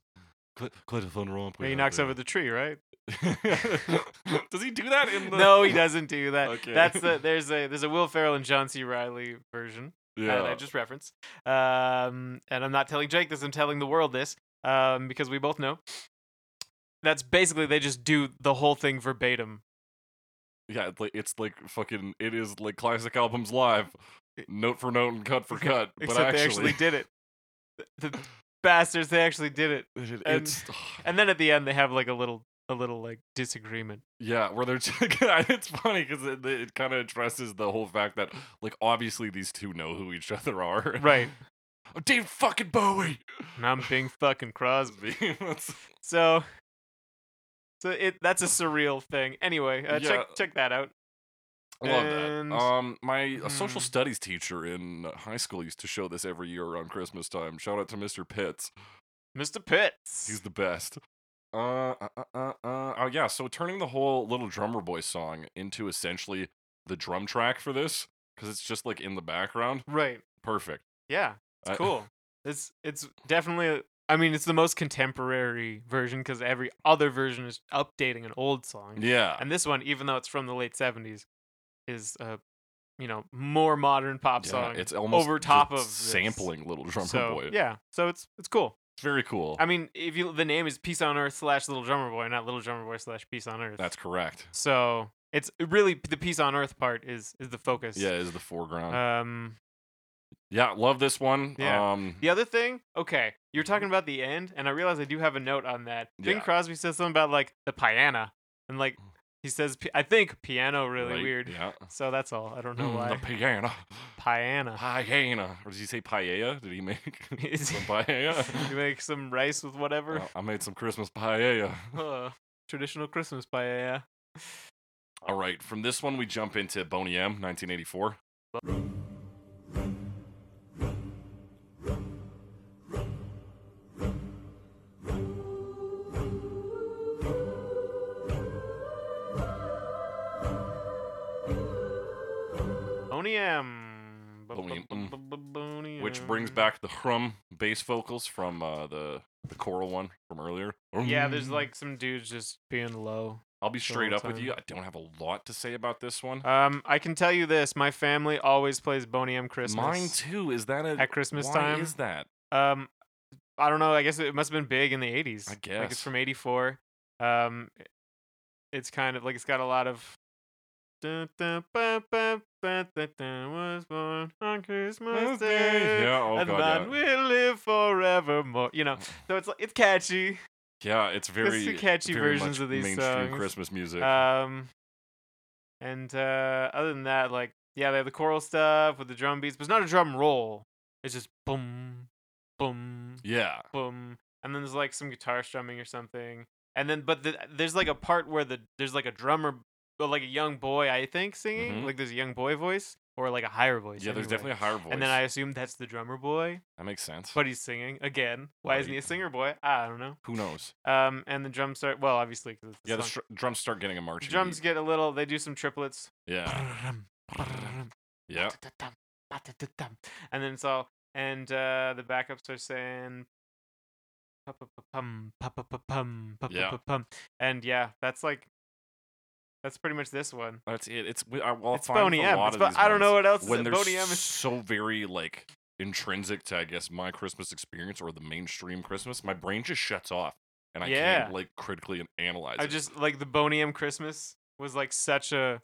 S1: Quite, quite a fun romp. we
S2: He
S1: had
S2: knocks
S1: there."
S2: over the
S1: *laughs*
S2: tree, right?
S1: Does he do that in the?
S2: No, he doesn't do that.
S1: Okay.
S2: That's the there's a there's a Will Ferrell and John C. Riley version.
S1: *laughs* Yeah.
S2: that I just referenced. Um, and I'm not telling Jake this, I'm telling the world this, um, because we both know. That's basically they just do the whole thing verbatim.
S1: Yeah, it's like it's like fucking. It is like classic albums live, note for note and cut for cut. but
S2: Except they actually did it.
S1: *laughs*
S2: The, the bastards, they actually did it.
S1: it-
S2: and-
S1: it's *sighs*
S2: And then at the end they have like a little a little like disagreement. *laughs*
S1: yeah, where they're *laughs* it's funny because it, it kind of addresses the whole fact that like obviously these two know who each *laughs* other are.
S2: Right.
S1: Oh, Dave fucking Bowie. *laughs*
S2: And I'm being fucking Crosby.
S1: That's-
S2: So so it that's a surreal thing. Anyway, uh, check
S1: Yeah.
S2: check that out.
S1: I love
S2: And-
S1: that. Um, my uh social
S2: Hmm.
S1: studies teacher in high school used to show this every year around Christmas time. Shout out to Mr. Pitts.
S2: Mr. Pitts.
S1: He's the best. Uh, uh, uh, uh, uh, oh yeah. So turning the whole little drummer boy song into essentially the drum track for this, because it's just like in the background.
S2: right.
S1: Perfect.
S2: Yeah.
S1: I-
S2: It's cool. It's it's definitely. I mean, it's the most contemporary version because every other version is updating an old song,
S1: *laughs* Yeah.
S2: and this one, even though it's from the late '70s, is a you know more modern pop
S1: yeah,
S2: song.
S1: It's almost
S2: over top
S1: just
S2: of this.
S1: sampling little drummer
S2: so
S1: boy. Oh.
S2: yeah, so it's it's cool.
S1: It's very cool.
S2: I mean, if you the name is Peace on Earth slash Little Drummer Boy, not Little Drummer Boy slash Peace on Earth.
S1: That's correct.
S2: so it's really the Peace on Earth part is is the focus.
S1: Yeah, is the foreground.
S2: Um,
S1: yeah, love this one.
S2: yeah.
S1: Um,
S2: The other thing, okay, you're talking about the end, and I realize I do have a note on that. Bing
S1: Yeah. Oh.
S2: Crosby says something about like the piano, and like he says, pi- I think piano really
S1: right,
S2: weird.
S1: Yeah.
S2: So that's all. I don't know
S1: Mm,
S2: why. Uh.
S1: The piano.
S2: piano.
S1: Piano. Or did he say paella? Did he make
S2: *laughs*
S1: *laughs*
S2: Is- *laughs*
S1: some paella?
S2: you make some rice with whatever.
S1: Well, I made some Christmas paella.
S2: Uh, traditional Christmas paella.
S1: All right, from this one we jump into Boney M, 1984.
S2: Bonium.
S1: Boney M. Which brings back the hrum bass vocals from uh, the the choral one from earlier.
S2: Yeah, there's
S1: Mm.
S2: like some dudes just being low.
S1: I'll be
S2: the
S1: straight
S2: whole
S1: up with
S2: time.
S1: you. I don't have a lot to say about this one.
S2: Um, I can tell you this: my family always plays Boney M Christmas.
S1: Mine too. Is that a
S2: At Christmas
S1: why
S2: time,
S1: Is that
S2: Um, I don't know. I guess it must have been big in the '80s.
S1: I
S2: like
S1: guess.
S2: it's from '84. Um, i- it's kind of like it's got a lot of. Dun, dun, ba, ba, ba, da, dun, was born on Christmas Day,
S1: Yeah. Oh
S2: and
S1: god.
S2: man
S1: Yeah.
S2: will live forevermore. You know, so it's like it's catchy.
S1: Yeah, it's very
S2: two catchy
S1: very
S2: versions
S1: much
S2: of these
S1: mainstream
S2: songs.
S1: Christmas music.
S2: Um, and uh, other than that, like yeah, they have the choral stuff with the drum beats, but it's not a drum roll. It's just boom, boom,
S1: yeah.
S2: boom, and then there's like some guitar strumming or something, and then but the, there's like a part where the there's like a drummer, but like a young boy, I think singing,
S1: Mhm.
S2: like there's a young boy voice or like a higher voice.
S1: Yeah, there's
S2: anyway.
S1: definitely a higher voice.
S2: And then I assume that's the drummer boy,
S1: that makes sense.
S2: but he's singing again. Why isn't
S1: Right.
S2: he a singer boy? I don't know.
S1: who knows?
S2: Um, and the drums start well, obviously. 'cause it's
S1: Yeah, the
S2: song.
S1: str- drums start getting a marching.
S2: drums
S1: beat.
S2: get a little. They do some triplets.
S1: Yeah. Yeah.
S2: *sniffs* And then it's all and uh the backups are saying "Pa-pa-pa-pum, pa-pa-pa-pum,
S1: Yeah.
S2: pa-pa-pa-pum." and yeah, that's like that's pretty much this one.
S1: That's it. It's we- I- well,
S2: it's
S1: I find
S2: Boney
S1: with
S2: M.
S1: A lot
S2: It's
S1: of
S2: Bo-
S1: these
S2: I don't
S1: ones,
S2: know what else.
S1: when
S2: is
S1: they're
S2: Boney M is
S1: so very like intrinsic to I guess my Christmas experience or the mainstream Christmas, my brain just shuts off and I
S2: Yeah.
S1: can't like critically an- analyze.
S2: I
S1: it.
S2: just like the Boney M Christmas was like such a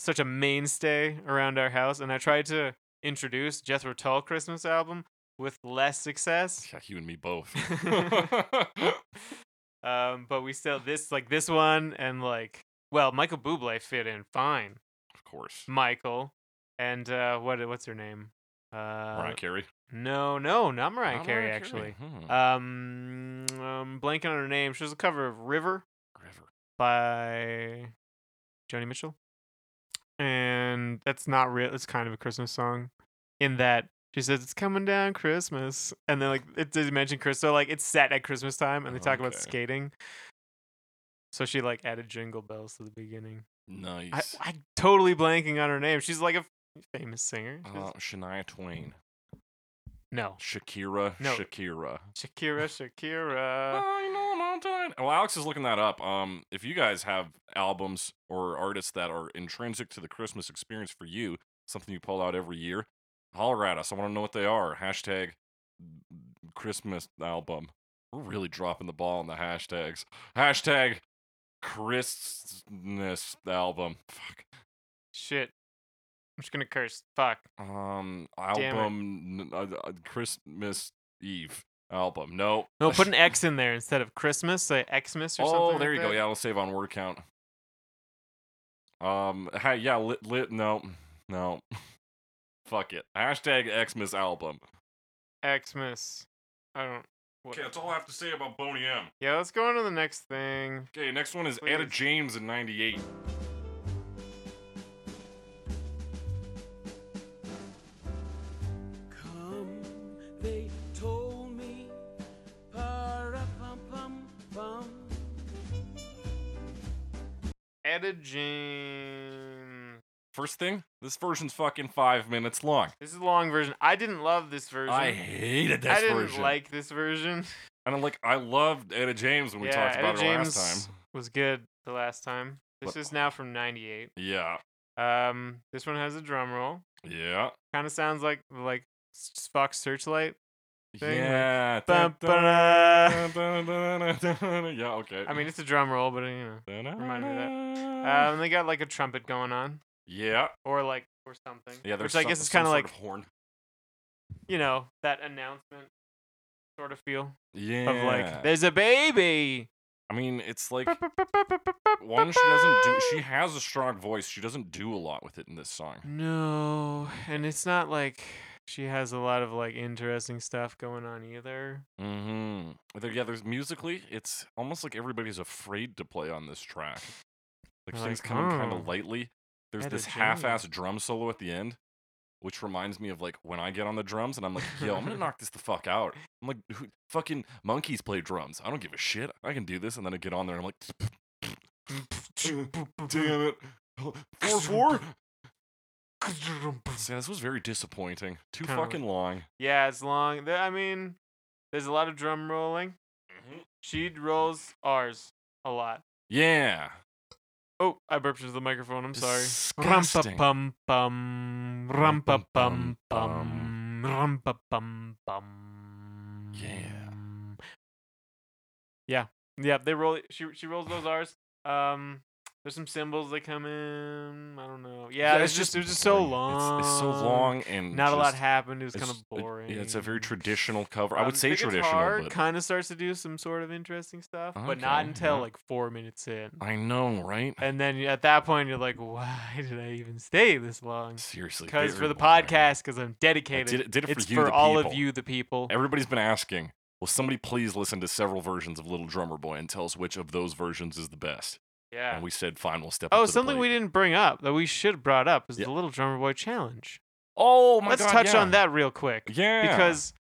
S2: such a mainstay around our house, and I tried to introduce Jethro Tull Christmas album with less success.
S1: yeah, you and me both.
S2: *laughs* um, but we still this like this one and like well, Michael Bublé fit in fine,
S1: of course.
S2: Michael, and uh, what what's her name? Uh,
S1: Mariah Carey. Hmm.
S2: no, no, not Mariah
S1: Not
S2: Carey Hmm. actually. Um, um, blanking on her name. She was a cover of River
S1: River.
S2: by Joni Mitchell. And that's not real. It's kind of a Christmas song in that she says it's coming down Christmas. And then like it doesn't mention Christmas. So like it's set at Christmas time and they talk about
S1: Okay.
S2: skating. So she like added jingle bells to the beginning. I,
S1: Nice.
S2: I'm totally blanking on her name. She's like a f- famous singer. She was-
S1: Uh, Shania Twain.
S2: no.
S1: Shakira.
S2: No. Uh,
S1: Shakira.
S2: Shakira,
S1: *laughs*
S2: Shakira.
S1: I know I'm on time. Well, Alex is looking that up. Um, if you guys have albums or artists that are intrinsic to the Christmas experience for you, something you pull out every year, holler at us. I want to know what they are. Hashtag Christmas album. We're really dropping the ball on the hashtags. Hashtag Christmas album. Fuck.
S2: Shit. I'm just going to curse.
S1: *laughs*
S2: Fuck.
S1: Um,
S2: Damn it.
S1: album n- uh, uh, Christmas Eve album. No.
S2: No,
S1: *laughs*
S2: put an X in there instead of Christmas. Say Xmas or something.
S1: Oh, there
S2: like
S1: you go.
S2: that.
S1: Yeah, it'll save on word count. Um, hi, yeah, lit, lit, no, no, *laughs* fuck it. Hashtag Xmas album.
S2: Xmas. I don't. What?
S1: Okay, that's all I have to say about Boney M.
S2: Yeah, let's go on to the next thing.
S1: Okay, next one is Etta
S2: Please.
S1: James in '98.
S5: Come, they told me. Ba-ra-pum-pum-pum.
S2: Etta James.
S1: First thing, this version's fucking five minutes long.
S2: This is a long version. I didn't love this version.
S1: I hated this
S2: I didn't
S1: version.
S2: like this version.
S1: and I'm like, I loved Etta James when we
S2: yeah,
S1: talked about
S2: Etta
S1: her
S2: James
S1: last time.
S2: was good the last time. This
S1: But-
S2: is now from '98.
S1: Yeah,
S2: Um, this one has a drum roll.
S1: yeah,
S2: Kind of sounds like like S- Fox Searchlight. Thing, like,
S1: yeah.
S2: Ba-
S1: *laughs* dun- dun-
S2: ba-
S1: dun- dun- dun- dun- dun- dun- Yeah, okay.
S2: I mean, it's a drum roll, but
S1: *laughs*
S2: you know.
S1: Remind
S2: me of
S1: that.
S2: Um, they got like a trumpet going on,
S1: yeah,
S2: or like or something.
S1: yeah. There's
S2: which I
S1: some-
S2: guess is
S1: some
S2: kind of
S1: sort
S2: like
S1: horn.
S2: you know that announcement sort of feel
S1: Yeah.
S2: of like there's a baby.
S1: I mean, it's like one.
S2: One
S1: She doesn't do. She has a strong voice. She doesn't do a lot with it in this song.
S2: No, and it's not like she has a lot of like interesting stuff going on either.
S1: Mm-hmm. There, yeah. There's musically, it's almost like everybody's afraid to play on this track. Like
S2: They're
S1: things
S2: like,
S1: come kind
S2: "Oh,
S1: of lightly. There's
S2: Etta
S1: this half-ass drum solo at the end, which reminds me of like when I get on the drums and I'm like, yo,
S2: *laughs*
S1: I'm gonna knock this the fuck out. I'm like, who, fucking monkeys play drums. I don't give a shit. I can do this. And then I get on there and I'm like. *laughs* Damn it. Oh, Four four. Yeah, this was very disappointing. Too
S2: Kinda
S1: fucking long.
S2: Yeah, it's long. There, I mean, there's a lot of drum rolling.
S1: Mhm.
S2: She rolls R's a lot.
S1: Yeah.
S2: Oh, I burped into the microphone. I'm sorry.
S1: Disgusting.
S2: Rum-pa-pum pum. Rum-pa-pum pum. Rum-pa-pum pum.
S1: Yeah.
S2: Yeah. Yeah. They roll. She she rolls those R's. Um. There's some symbols that come in. I don't know. Yeah.
S1: it's
S2: it's just it's just so
S1: boring.
S2: long.
S1: It's, it's so long and
S2: Not a lot
S1: just-
S2: happened. It was kind
S1: it's-
S2: of
S1: it-
S2: boring.
S1: yeah, it's a very traditional cover. I
S2: Um,
S1: would say
S2: the
S1: traditional,
S2: guitar
S1: but
S2: kind of starts to do some sort of interesting stuff, but not
S1: Okay,
S2: until
S1: yeah.
S2: like four minutes in.
S1: I know, right?
S2: And then at that point, you're like, why did I even stay this long?
S1: Seriously,
S2: Because
S1: very
S2: for the
S1: boring.
S2: podcast, because I'm dedicated.
S1: did it- did it for
S2: it's
S1: you,
S2: for
S1: the
S2: all of
S1: people.
S2: you, the people.
S1: Everybody's been asking, will somebody please listen to several versions of Little Drummer Boy and tell us which of those versions is the best?
S2: yeah.
S1: And we said, fine, we'll step up
S2: Oh,
S1: to the
S2: something
S1: plate.
S2: we didn't bring up that we should have brought up is
S1: Yeah.
S2: the Little Drummer Boy Challenge.
S1: Oh my
S2: Let's
S1: God,
S2: touch
S1: yeah.
S2: on that real quick.
S1: Yeah.
S2: Because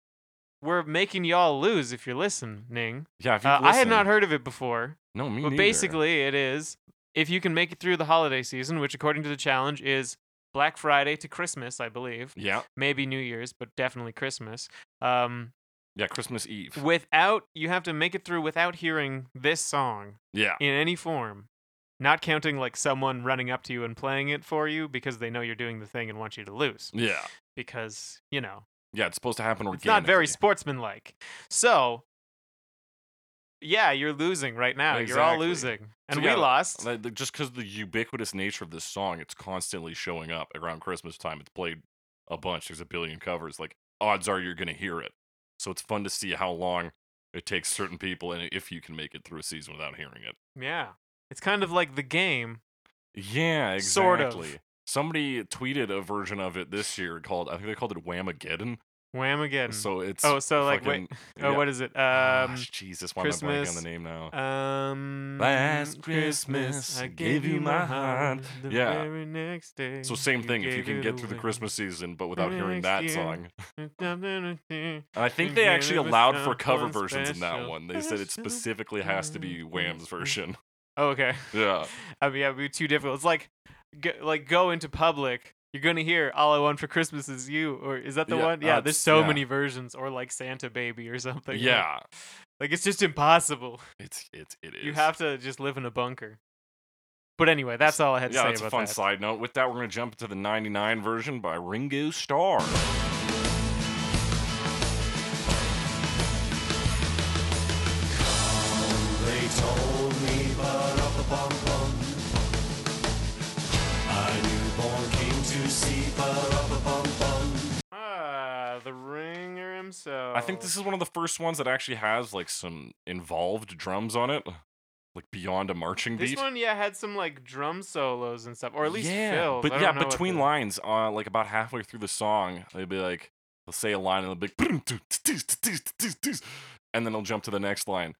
S2: we're making y'all lose if you're listening.
S1: yeah, if
S2: Uh,
S1: you've
S2: I had not
S1: listened-
S2: heard of it before.
S1: No, me
S2: But
S1: neither.
S2: basically, it is if you can make it through the holiday season, which according to the challenge is Black Friday to Christmas, I believe,
S1: Yeah.
S2: maybe New Year's, but definitely Christmas. Um,
S1: Yeah, Christmas Eve.
S2: without you have to make it through without hearing this song
S1: yeah.
S2: in any form, not counting like someone running up to you and playing it for you because they know you're doing the thing and want you to lose
S1: Yeah.
S2: because you know
S1: Yeah, it's supposed to happen
S2: it's not very
S1: organically.
S2: sportsmanlike. So. Yeah, you're losing right now. You're all
S1: Exactly.
S2: losing, and
S1: yeah,
S2: we lost.
S1: Like, the- just because the ubiquitous nature of this song, it's constantly showing up around Christmas time. It's played a bunch. There's a billion covers. Like odds are you're gonna hear it. So it's fun to see how long it takes certain people, and if you can make it through a season without hearing it.
S2: Yeah. It's kind of like the game.
S1: Yeah,
S2: Sort of.
S1: exactly. Somebody tweeted a version of it this year called I think they called it Whamageddon.
S2: Whamageddon.
S1: Mm. So it's
S2: oh, so like
S1: fucking-
S2: wait. Oh,
S1: yeah. Ah,
S2: what is it? Um
S1: Gosh, Jesus, why am I blanking on the
S2: Christmas,
S1: name now?
S2: um
S1: Last Christmas, I gave you my heart.
S2: The
S1: Yeah.
S2: very next day.
S1: so same
S2: you
S1: thing. If you
S2: gave
S1: can
S2: it
S1: get through the
S2: away.
S1: Christmas season, but without hearing
S2: next
S1: that
S2: year.
S1: song,
S2: I
S1: And I think they
S2: Maybe
S1: actually
S2: it was
S1: allowed for
S2: someone
S1: cover versions in that
S2: special.
S1: one. They
S2: *laughs*
S1: said it
S2: Special
S1: specifically has to be
S2: *laughs* person.
S1: Wham's version. *laughs*
S2: Oh, okay.
S1: Yeah.
S2: *laughs* I mean, yeah, it'd be too difficult. It's like, go, like go into public. You're gonna hear "All I Want for Christmas Is You," or is that the
S1: Yeah,
S2: one? Yeah,
S1: that's-
S2: there's so
S1: yeah.
S2: many versions, or like Santa Baby or something. like-
S1: yeah.
S2: like it's just impossible.
S1: It's it's it is.
S2: You have to just live in a bunker. But anyway, that's all I had to
S1: yeah,
S2: say
S1: that's
S2: about
S1: a fun
S2: that.
S1: side note. With that, we're gonna jump into the '99 version by Ringo Starr.
S4: They told me but up upon bum. I newborn came to see but up upon bum.
S2: Ah, the ringer himself.
S1: I think this is one of the first ones that actually has like some involved drums on it, like beyond a marching
S2: this
S1: beat.
S2: one. Yeah, had some like drum solos and stuff, or at least
S1: yeah,
S2: fills.
S1: but
S2: I don't
S1: yeah,
S2: know what
S1: between
S2: the-
S1: lines, uh, like about halfway through the song, they'd be like, they'll say a line and they'll be, like, and then they'll jump to the next line.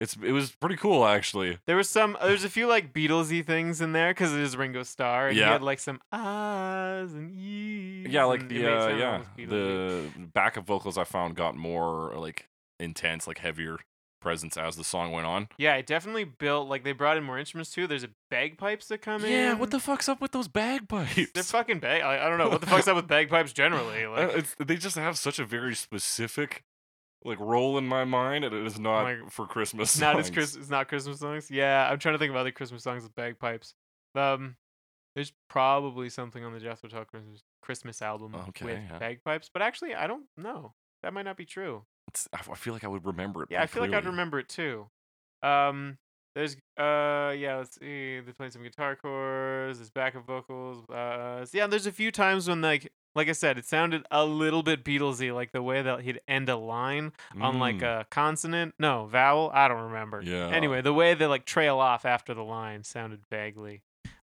S1: It's it was pretty cool actually.
S2: There was some. There's a few like Beatlesy things in there because it is Ringo Starr, and
S1: Yeah.
S2: he had like some ahs and ees.
S1: Yeah, like
S2: and Mm-hmm, it
S1: the
S2: makes
S1: uh,
S2: sound
S1: yeah
S2: almost Beatlesy.
S1: the backup vocals I found got more like intense, like heavier presence as the song went on.
S2: yeah. It definitely built like they brought in more instruments too. There's a bagpipes that come in.
S1: yeah, what the fuck's up with those bagpipes?
S2: They're fucking bag. I, I don't know what the fuck's up with bagpipes
S1: *laughs*
S2: generally.
S1: Uh,
S2: Like,
S1: it's, they just have such a very specific like role in my mind, and it is not
S2: Like,
S1: for Christmas.
S2: it's not as
S1: songs.
S2: Chris. It's not Christmas songs. Yeah, I'm trying to think of other Christmas songs with bagpipes. Um, there's probably something on the Jethro Tull Christmas Christmas album with
S1: Okay, yeah.
S2: bagpipes, but actually, I don't know. That might not be true.
S1: It's, I f- I feel like I would remember it.
S2: Yeah, I
S1: pretty
S2: feel like I'd
S1: clearly.
S2: remember it too. Um, there's uh, yeah, let's see. They're playing some guitar chords. There's backup vocals. Uh, so yeah, there's a few times when like, like I said, it sounded a little bit Beatlesy, like the way that he'd end a line on like
S1: Mm,
S2: a consonant, no vowel. I don't remember.
S1: Yeah.
S2: Anyway, the way they like trail off after the line sounded vaguely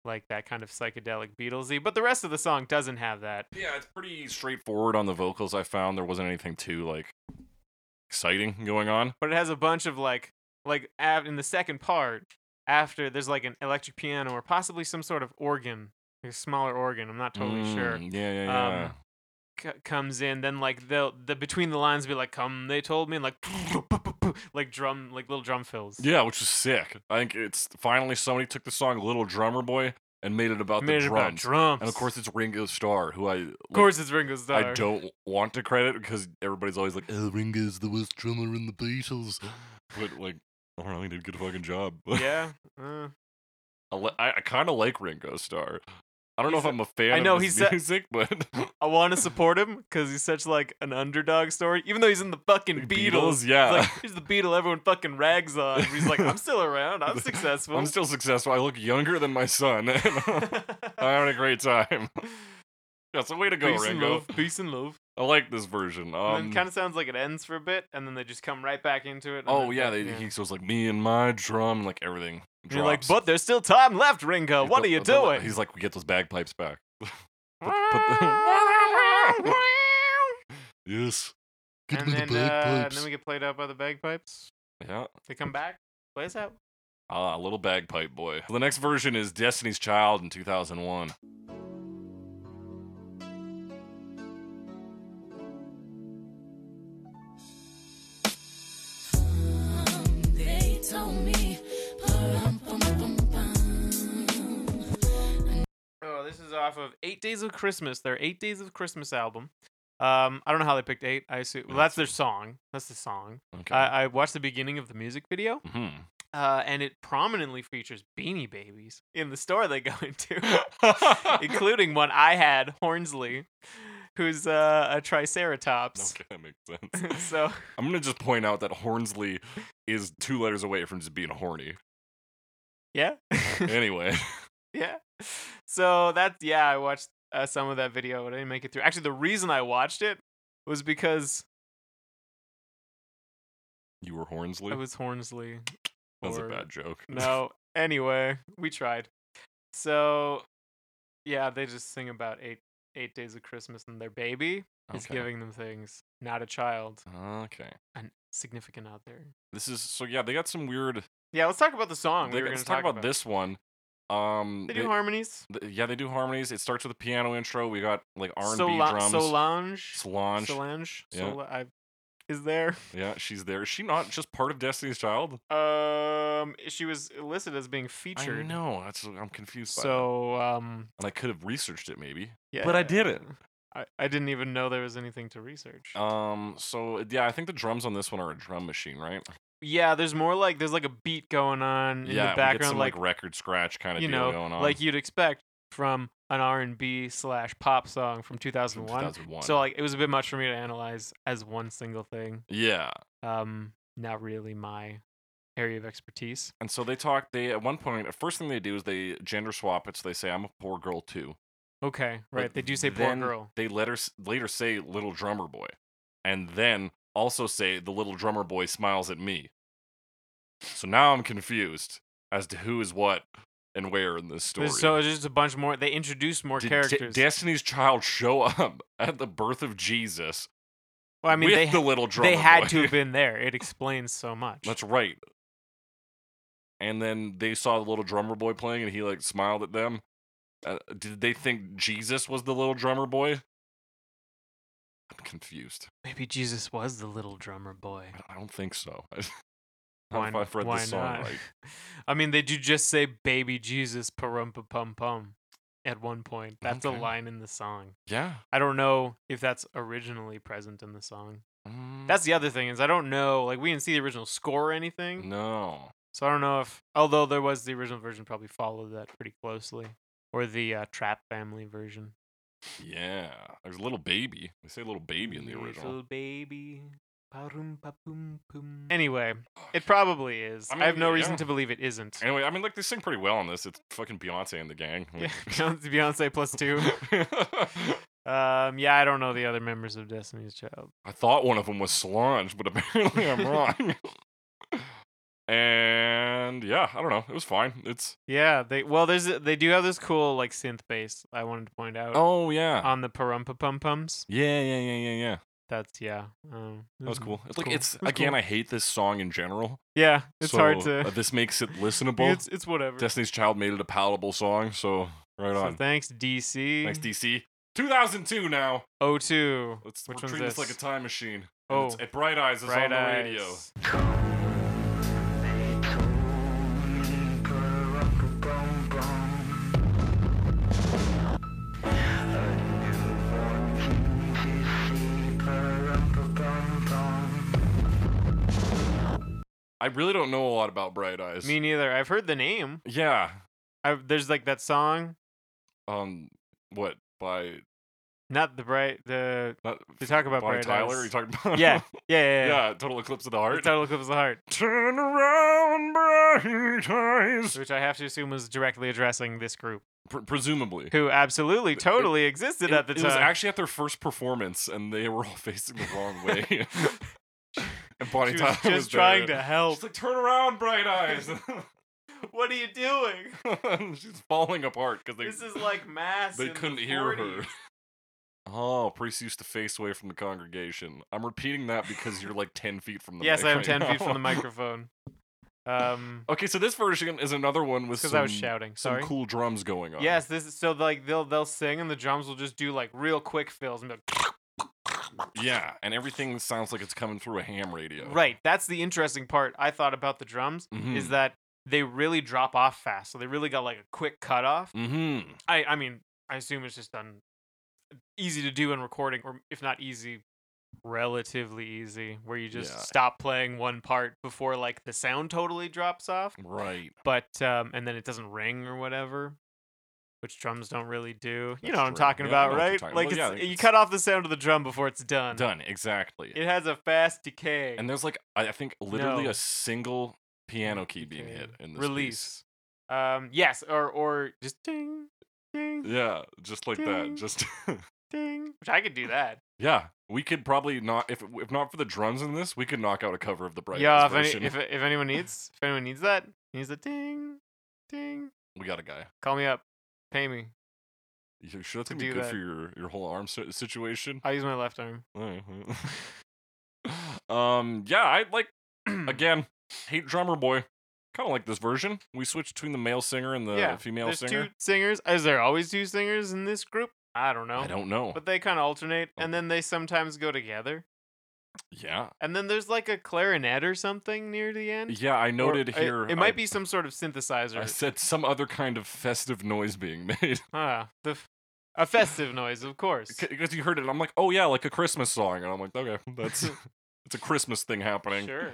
S2: like that kind of psychedelic Beatlesy, but the rest of the song doesn't have that.
S1: yeah, it's pretty straightforward on the vocals. I found there wasn't anything too like exciting going on.
S2: but it has a bunch of like like av- in the second part after there's like an electric piano or possibly some sort of organ like a smaller organ i'm not totally sure
S1: Mm, Yeah, yeah, yeah.
S2: Um, c- comes in then like they'll the between the lines be like come they told me and like *laughs* like drum like little drum fills
S1: yeah, which is sick. I think it's finally somebody took the song "Little Drummer Boy" and made it about
S2: Made
S1: the
S2: it
S1: drums.
S2: about drums.
S1: And of course, it's Ringo Starr, who I
S2: of course, it's Ringo Starr.
S1: I don't want to credit because everybody's always like, oh, Ringo's the worst drummer in the *gasps* Beatles. But, like, I don't know, he did a good fucking job. *laughs*
S2: Yeah. uh,
S1: I, li- I, kind of like Ringo Starr. I don't know if
S2: He's a-
S1: I'm a fan
S2: I know,
S1: of
S2: he's
S1: his
S2: a-
S1: music, *laughs* but
S2: I want to support him because he's such like an underdog story, even though he's in the fucking Beatles.
S1: yeah.
S2: It's like he's the Beatle everyone fucking rags on. but He's like, I'm still
S1: *laughs*
S2: around. *laughs* I'm successful.
S1: I'm still successful. I look younger than my son. *laughs* and I'm having a great time. *laughs* That's a way to go,
S2: Peace and
S1: Ringo.
S2: love. Peace and love.
S1: I like this version.
S2: and
S1: Um,
S2: then kind of sounds like it ends for a bit, and then they just come right back into it. and
S1: oh
S2: then
S1: yeah,
S2: back-
S1: they, he was like me and my drum, like everything.
S2: And you're like,
S1: drops.
S2: but there's still time left, Ringo.
S1: He's
S2: What
S1: the-
S2: are you
S1: that's all-
S2: doing?
S1: He's like, we get those bagpipes back.
S2: *laughs*
S1: Yes.
S2: and, then, uh, and then we get played out by the bagpipes.
S1: Yeah.
S2: They come back, play us out.
S1: Ah, little bagpipe boy. The next version is Destiny's Child in 2001.
S6: They told me, bum, bum, bum, bum.
S2: Oh, this is off of Eight Days of Christmas, their Eight Days of Christmas album. Um, I don't know how they picked eight. I assume well, that's their song. That's the song.
S1: Okay.
S2: I, I watched the beginning of the music video,
S1: hmm
S2: uh, and it prominently features Beanie Babies in the store they go *laughs* into, including one I had, Hornsley, who's uh, a
S1: *laughs*
S2: Triceratops.
S1: Okay, that makes sense.
S2: *laughs* so
S1: I'm gonna just point out that Hornsley is two letters away from just being horny.
S2: yeah,
S1: Anyway,
S2: *laughs*
S1: *laughs*
S2: yeah. So that's yeah. I watched uh, some of that video, but I didn't make it through. Actually, the reason I watched it was because
S1: you were Hornsley.
S2: It was Hornsley.
S1: that was a
S2: or-
S1: bad joke. *laughs*
S2: No. Anyway, we tried. So, yeah, they just sing about eight eight days of Christmas and their baby is
S1: Okay.
S2: giving them things. Not a child,
S1: Okay.
S2: an significant other.
S1: This is so yeah. They got some weird.
S2: Yeah, let's talk about the song.
S1: they
S2: we were
S1: got- let's
S2: gonna
S1: talk, about, this one. Um,
S2: They do
S1: they-
S2: harmonies.
S1: th- yeah, they do harmonies. It starts with a piano intro. We got like R&B
S2: Sola-
S1: drums.
S2: Solange.
S1: Solange.
S2: Solange.
S1: Yeah.
S2: Sola- I, is there? *laughs*
S1: Yeah, she's there. Is she not just part of Destiny's Child?
S2: Um, she was listed as being featured.
S1: I know. That's I'm confused. By that.
S2: So, um,
S1: and I could have researched it maybe.
S2: yeah.
S1: But I didn't.
S2: I, I didn't even know there was anything to research.
S1: Um. So yeah, I think the drums on this one are a drum machine, right?
S2: Yeah, there's more like there's like a beat going on
S1: yeah.
S2: in the
S1: we get
S2: background,
S1: some,
S2: like,
S1: like, record scratch kind of
S2: you
S1: deal
S2: know,
S1: going on.
S2: like you'd expect from an R and B slash pop song from 2001.
S1: 2001.
S2: So like it was a bit much for me to analyze as one single thing.
S1: yeah.
S2: Um, not really my area of expertise.
S1: And so they talk. They at one point, the first thing they do is they gender swap it. So they say, "I'm a poor girl too."
S2: Okay,
S1: But
S2: right. They do say poor
S1: then
S2: girl.
S1: They later s- later say "little drummer boy," and then also say "the little drummer boy smiles at me." So now I'm confused as to who is what and where in this story.
S2: There's so there's just a bunch more. They introduce more
S1: Did De-
S2: characters.
S1: Destiny's Child show up *laughs* at the birth of Jesus?
S2: well, I mean,
S1: with
S2: they
S1: the little drummer.
S2: they had
S1: boy.
S2: to have been there. It explains so much.
S1: That's right. And then they saw the little drummer boy playing, and he like smiled at them. Uh, did they think Jesus was the little drummer boy? I'm confused.
S2: Maybe Jesus was the little drummer boy.
S1: I- I don't think so. *laughs* Not
S2: Why,
S1: if
S2: n-
S1: I've read
S2: why
S1: this song
S2: not?
S1: right.
S2: *laughs* I mean, they do just say "baby Jesus" parumpa pum pum at one point. That's
S1: Okay.
S2: a line in the song.
S1: Yeah.
S2: I don't know if that's originally present in the song.
S1: Mm,
S2: That's the other thing is I don't know. Like we didn't see the original score or anything,
S1: no.
S2: so I don't know if. Although there was the original version, probably followed that pretty closely, or the uh, Trap Family version.
S1: Yeah. There's a little baby. They say little baby in the original.
S2: Little baby. parumpa pum pum. Anyway, it probably is.
S1: Oh, I
S2: I, have
S1: mean,
S2: no
S1: yeah.
S2: reason to believe it isn't.
S1: Anyway, I mean, like they sing pretty well on this. It's fucking Beyonce and the gang.
S2: Yeah, *laughs* Beyonce plus
S1: *laughs*
S2: two. *laughs*
S1: Like-
S2: Um, yeah, I don't know the other members of Destiny's Child.
S1: I thought one of them was Solange, but *laughs* apparently I'm wrong. *laughs* and yeah, I don't know. It was fine. It's
S2: Yeah, they well, there's a- they do have this cool like synth bass. I wanted to point out
S1: oh yeah,
S2: on the parumpa pum pums.
S1: yeah, yeah, yeah, yeah, yeah.
S2: That's yeah, um,
S1: That was cool. It's like
S2: cool.
S1: it's
S2: It was
S1: again.
S2: cool.
S1: I hate this song in general.
S2: yeah, it's hard
S1: so,
S2: *laughs* to.
S1: uh, this makes it listenable.
S2: it's it's whatever.
S1: Destiny's Child made it a palatable song, so right
S2: so
S1: on.
S2: thanks DC.
S1: Thanks DC. 2002 now.
S2: O two.
S1: Let's
S2: Which
S1: we're
S2: one's
S1: treating this? like a
S2: this?
S1: time machine. And
S2: Oh.
S1: it's, at Bright Eyes is on
S2: Bright
S1: the
S2: eyes.
S1: radio.
S7: They told me, "Bum, bum, bum."
S1: I really don't know a lot about Bright Eyes.
S2: Me neither. I've heard the name.
S1: yeah.
S2: I there's like that song,
S1: Um, what by
S2: not the bright the
S1: not
S2: we talk about
S1: Bonnie
S2: bright
S1: Tyler?
S2: eyes.
S1: You talking about? *laughs*
S2: *laughs* yeah, yeah, yeah,
S1: yeah.
S2: yeah.
S1: Total Eclipse of the
S2: The
S1: Heart.
S2: title clip was
S1: *laughs*
S2: the heart,
S1: Turn around, Bright Eyes.
S2: which I have to assume was directly addressing this group,
S1: Pre- presumably.
S2: who absolutely totally existed
S1: it,
S2: at the
S1: it
S2: time.
S1: was actually at their first performance, and they were all *laughs* facing the wrong
S2: *laughs*
S1: way. and Bonnie *laughs*
S2: she was
S1: Tyler
S2: just
S1: was
S2: trying
S1: there.
S2: to help.
S1: She's like, "Turn around, Bright Eyes."
S2: *laughs*
S1: *laughs*
S2: what are you doing?
S1: She's falling apart because they
S2: this is like mass.
S1: they
S2: in the
S1: couldn't hear her.
S2: 40s.
S1: *laughs* Oh, priests used to face away from the congregation. I'm repeating that because you're like ten feet from the.
S2: Yes,
S1: mic
S2: I am
S1: right
S2: ten
S1: *laughs*
S2: feet from the
S1: now.
S2: microphone.
S1: *laughs*
S2: Um,
S1: Okay, so this version is another one with
S2: because
S1: Oh, some,
S2: I was shouting.
S1: some
S2: Sorry.
S1: cool drums going on.
S2: Yes, this is so like they'll they'll sing and the drums will just do like real quick fills and be like,
S1: Yeah, and everything sounds like it's coming through a ham radio.
S2: right. That's the interesting part I thought about the drums is
S1: Mhm.
S2: that they really drop off fast. So they really got like a quick cutoff.
S1: Mm-hmm.
S2: I I mean I assume it's just done easy to do in recording or if not easy relatively easy where you just
S1: Yeah.
S2: stop playing one part before like the sound totally drops off
S1: Right.
S2: but um and then it doesn't ring or whatever which drums don't really do you
S1: That's
S2: know what i'm
S1: true.
S2: talking
S1: Yeah, I
S2: about
S1: know what you're
S2: right
S1: talking-
S2: like
S1: well, yeah,
S2: it's, you
S1: it's-
S2: cut off the sound of the drum before it's done
S1: Done. Exactly.
S2: it has a fast decay
S1: and there's like I I think literally
S2: No.
S1: a single piano key being hit
S2: Okay.
S1: in this
S2: Release. um yes or or just ding ding
S1: piece. Yeah, just like that.
S2: Ding.
S1: Just *laughs*
S2: ding which i could do that
S1: yeah, we could probably not if if not for the drums in this, we could knock out a cover of the Bright
S2: yeah
S1: Eyes
S2: if, any,
S1: version.
S2: if if anyone needs if anyone needs that needs a ding ding
S1: we got a guy.
S2: call me up pay me
S1: You sure that's
S2: To
S1: gonna be
S2: do
S1: good
S2: that.
S1: for your your whole arm si- situation?
S2: i use my left arm
S1: Alright, alright. Mm-hmm. *laughs* um, yeah, I like *clears throat* again hate drummer boy. Kind of like this version. We switch between the male singer and the
S2: Yeah,
S1: female
S2: there's
S1: singer.
S2: two singers is there always two singers in this group i don't know
S1: I don't know.
S2: um, but they kind of alternate and then they sometimes go together
S1: yeah,
S2: and then there's like a clarinet or something near the end
S1: yeah. I
S2: Or
S1: noted
S2: it-
S1: here.
S2: it, might
S1: I-
S2: be some sort of synthesizer
S1: I said some other kind of festive noise being *laughs* made
S2: ah, the f- a festive noise of course
S1: because you heard it. and I'm like, oh yeah, like a Christmas song, and I'm like, okay,
S2: *laughs*
S1: that's *laughs* it's a Christmas thing happening.
S2: sure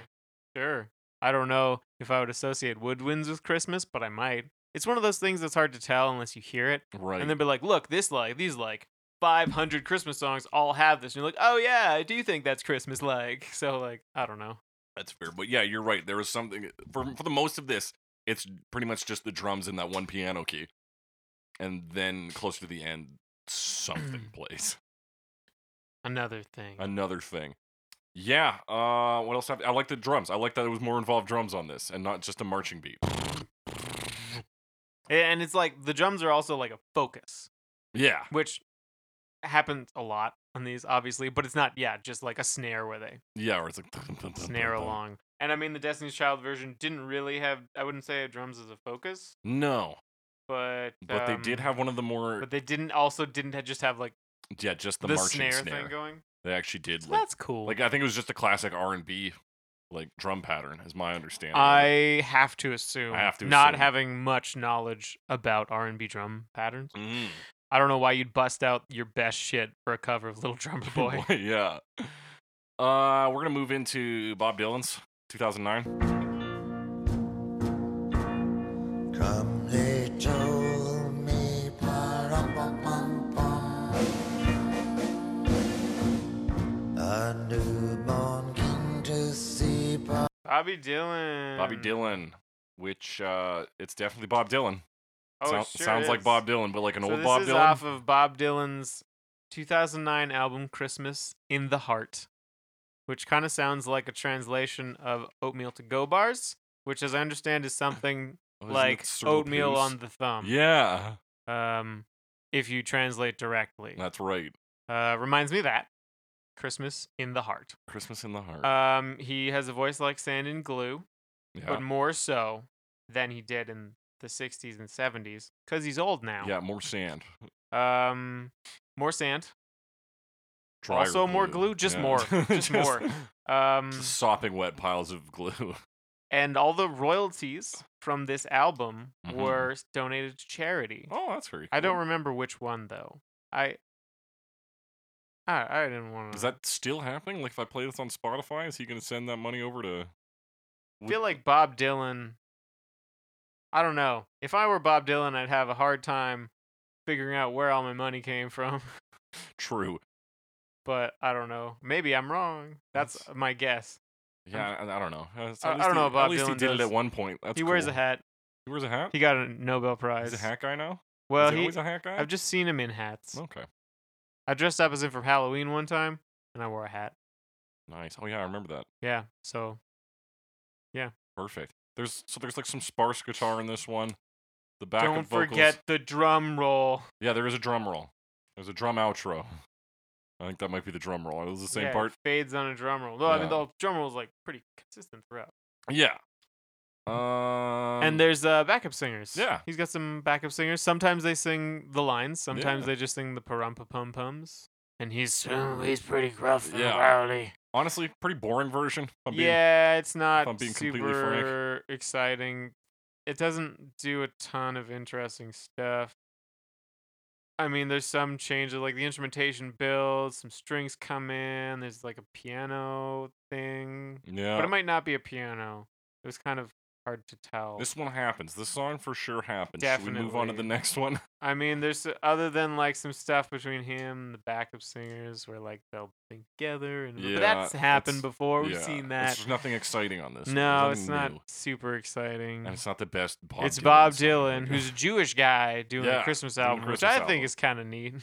S2: sure i don't know if i would associate woodwinds with christmas but i might it's one of those things that's hard to tell unless you hear it
S1: Right.
S2: and they'll be like look this like these like 500 christmas songs all have this and you're like oh yeah i do think that's christmas like so like i don't know
S1: that's fair, but yeah, you're right. There is something for for the most of this, it's pretty much just the drums and that one piano key, and then close to the end, something
S2: Mm.
S1: plays. *laughs*
S2: another thing
S1: Another thing. Yeah. Uh, what else? Have, I like the drums. I like that it was more involved drums on this, and not just a marching beat.
S2: A- And it's like the drums are also like a focus,
S1: Yeah.
S2: which happens a lot on these, obviously, but it's not, yeah, just like a snare where they
S1: Yeah. Or it's like
S2: snare along. And I mean, the Destiny's Child version didn't really have, I wouldn't say drums as a focus,
S1: No,
S2: but.
S1: but they did
S2: um,
S1: have one of the more
S2: But they didn't also didn't ha- just have like
S1: Yeah, just the,
S2: the,
S1: marching
S2: snare,
S1: snare.
S2: thing going.
S1: They actually did
S2: So
S1: like
S2: that's cool.
S1: like I think it was just a classic R and B like drum pattern, is my understanding. of it.
S2: I have to assume,
S1: have to
S2: not
S1: assume.
S2: having much knowledge about R and B drum patterns.
S1: Mm.
S2: I don't know why you'd bust out your best shit for a cover of
S1: *laughs*
S2: Little Drummer Boy.
S1: yeah. Uh, we're gonna move into Bob Dylan's 2009.
S4: Come, they told me, pa-rum-pum-pum-pum. A newborn king to see, pa
S2: *laughs* Bobby Dylan.
S1: Bobby Dylan, which uh, it's definitely Bob Dylan.
S2: Oh, it
S1: Sound-
S2: sure
S1: sounds like
S2: is.
S1: Bob Dylan, but like an
S2: So
S1: old
S2: this
S1: Bob
S2: is
S1: Dylan.
S2: off of Bob Dylan's 2009 album Christmas in the Heart, which kind of sounds like a translation of oatmeal to go bars, which, as I
S1: *laughs*
S2: understand, is something
S1: Wasn't it
S2: like
S1: Cerebral
S2: oatmeal
S1: Pills?
S2: on the thumb.
S1: Yeah,
S2: Um, if you translate directly,
S1: that's right.
S2: uh, reminds me of that Christmas in the Heart.
S1: Christmas in the heart.
S2: Um, he has a voice like sand and glue,
S1: yeah.
S2: but more so than he did in the 60s and 70s because he's old now.
S1: yeah, more sand.
S2: Um, more sand.
S1: Drier
S2: Also more glue,
S1: *laughs*
S2: just more, just more. Um,
S1: Just sopping wet piles of glue. *laughs*
S2: and all the royalties from this album
S1: Mhm.
S2: were s- donated to charity.
S1: Oh, that's very.
S2: I don't
S1: cool.
S2: remember which one though. I I, I didn't want to.
S1: Is that still happening? Like, if I play this on Spotify, is he going to send that money over to
S2: I
S1: Would-
S2: feel like Bob Dylan. I don't know. If I were Bob Dylan, I'd have a hard time figuring out where all my money came from. *laughs*
S1: True.
S2: But I don't know. Maybe I'm wrong. That's
S1: That's-
S2: my guess.
S1: Yeah, I, I don't know. Uh, so
S2: I-
S1: at
S2: I
S1: least
S2: don't know
S1: he-
S2: what Bob
S1: At least he
S2: Dylan
S1: did it
S2: does.
S1: at one point. That's
S2: he wears a
S1: cool.
S2: hat.
S1: He wears a hat.
S2: He got a Nobel Prize.
S1: He's a hat guy now.
S2: Well,
S1: Is he,
S2: he,
S1: always a hat guy.
S2: I've just seen him in hats.
S1: okay.
S2: I dressed up as him for Halloween one time, and I wore a hat.
S1: Nice. Oh yeah, I remember that.
S2: Yeah. So
S1: Perfect. There's so there's like some sparse guitar in this one. The backup
S2: don't
S1: vocals.
S2: forget the drum roll.
S1: Yeah, there is a drum roll. There's a drum outro. I think that might be the drum roll. It was the same
S2: Yeah, it
S1: part.
S2: fades on a drum roll. Though I mean,
S1: Yeah.
S2: the drum roll is like pretty consistent throughout.
S1: Yeah. Um,
S2: Mm-hmm. and there's uh, backup singers.
S1: yeah.
S2: he's got some backup singers. Sometimes they sing the lines. Sometimes
S1: Yeah.
S2: they just sing the parumpa pum pums. And he's oh, he's pretty gruff and
S1: Yeah.
S2: rowdy.
S1: honestly pretty boring version. if I'm being-
S2: yeah, it's not
S1: I'm being completely frank.
S2: super exciting. It doesn't do a ton of interesting stuff. I mean, there's some changes, like the instrumentation builds, some strings come in. There's like a piano thing,
S1: yeah.
S2: but it might not be a piano. It was kind of hard to tell.
S1: This one happens. This song for sure happens. Should we move on to the
S2: Definitely.
S1: next one?
S2: I mean, there's uh, other than like some stuff between him and the backup singers where like they'll sing together, and
S1: Yeah,
S2: but that's happened
S1: that's-
S2: before. We've
S1: Yeah,
S2: seen
S1: it's-
S2: that.
S1: There's nothing exciting on this. one.
S2: no,
S1: There's
S2: it's not
S1: nothing new.
S2: super exciting.
S1: And it's not the best Bob
S2: it's
S1: Dylan
S2: Bob
S1: song. *laughs*
S2: Dylan, who's a Jewish guy doing
S1: Yeah,
S2: a Christmas
S1: doing a
S2: album, which
S1: Christmas
S2: I
S1: album.
S2: think is kind of neat.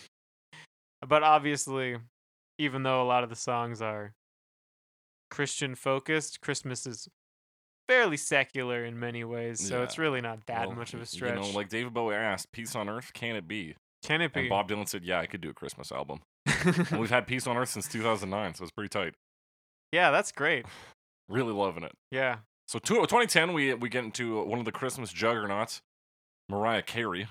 S2: *laughs* but obviously, even though a lot of the songs are Christian focused, Christmas is fairly secular in many ways, so it's
S1: Yeah,
S2: really not that
S1: Well,
S2: much of a
S1: You
S2: stretch.
S1: know, like David Bowie asked, "Peace on Earth, can it be?"
S2: Can it
S1: And
S2: be?
S1: Bob Dylan said, "Yeah, I could do a Christmas album." and we've had Peace on Earth since 2009, so it's pretty tight.
S2: *laughs* yeah, that's great.
S1: Really loving it.
S2: Yeah.
S1: So two- 2010, we we get into one of the Christmas juggernauts, Mariah Carey.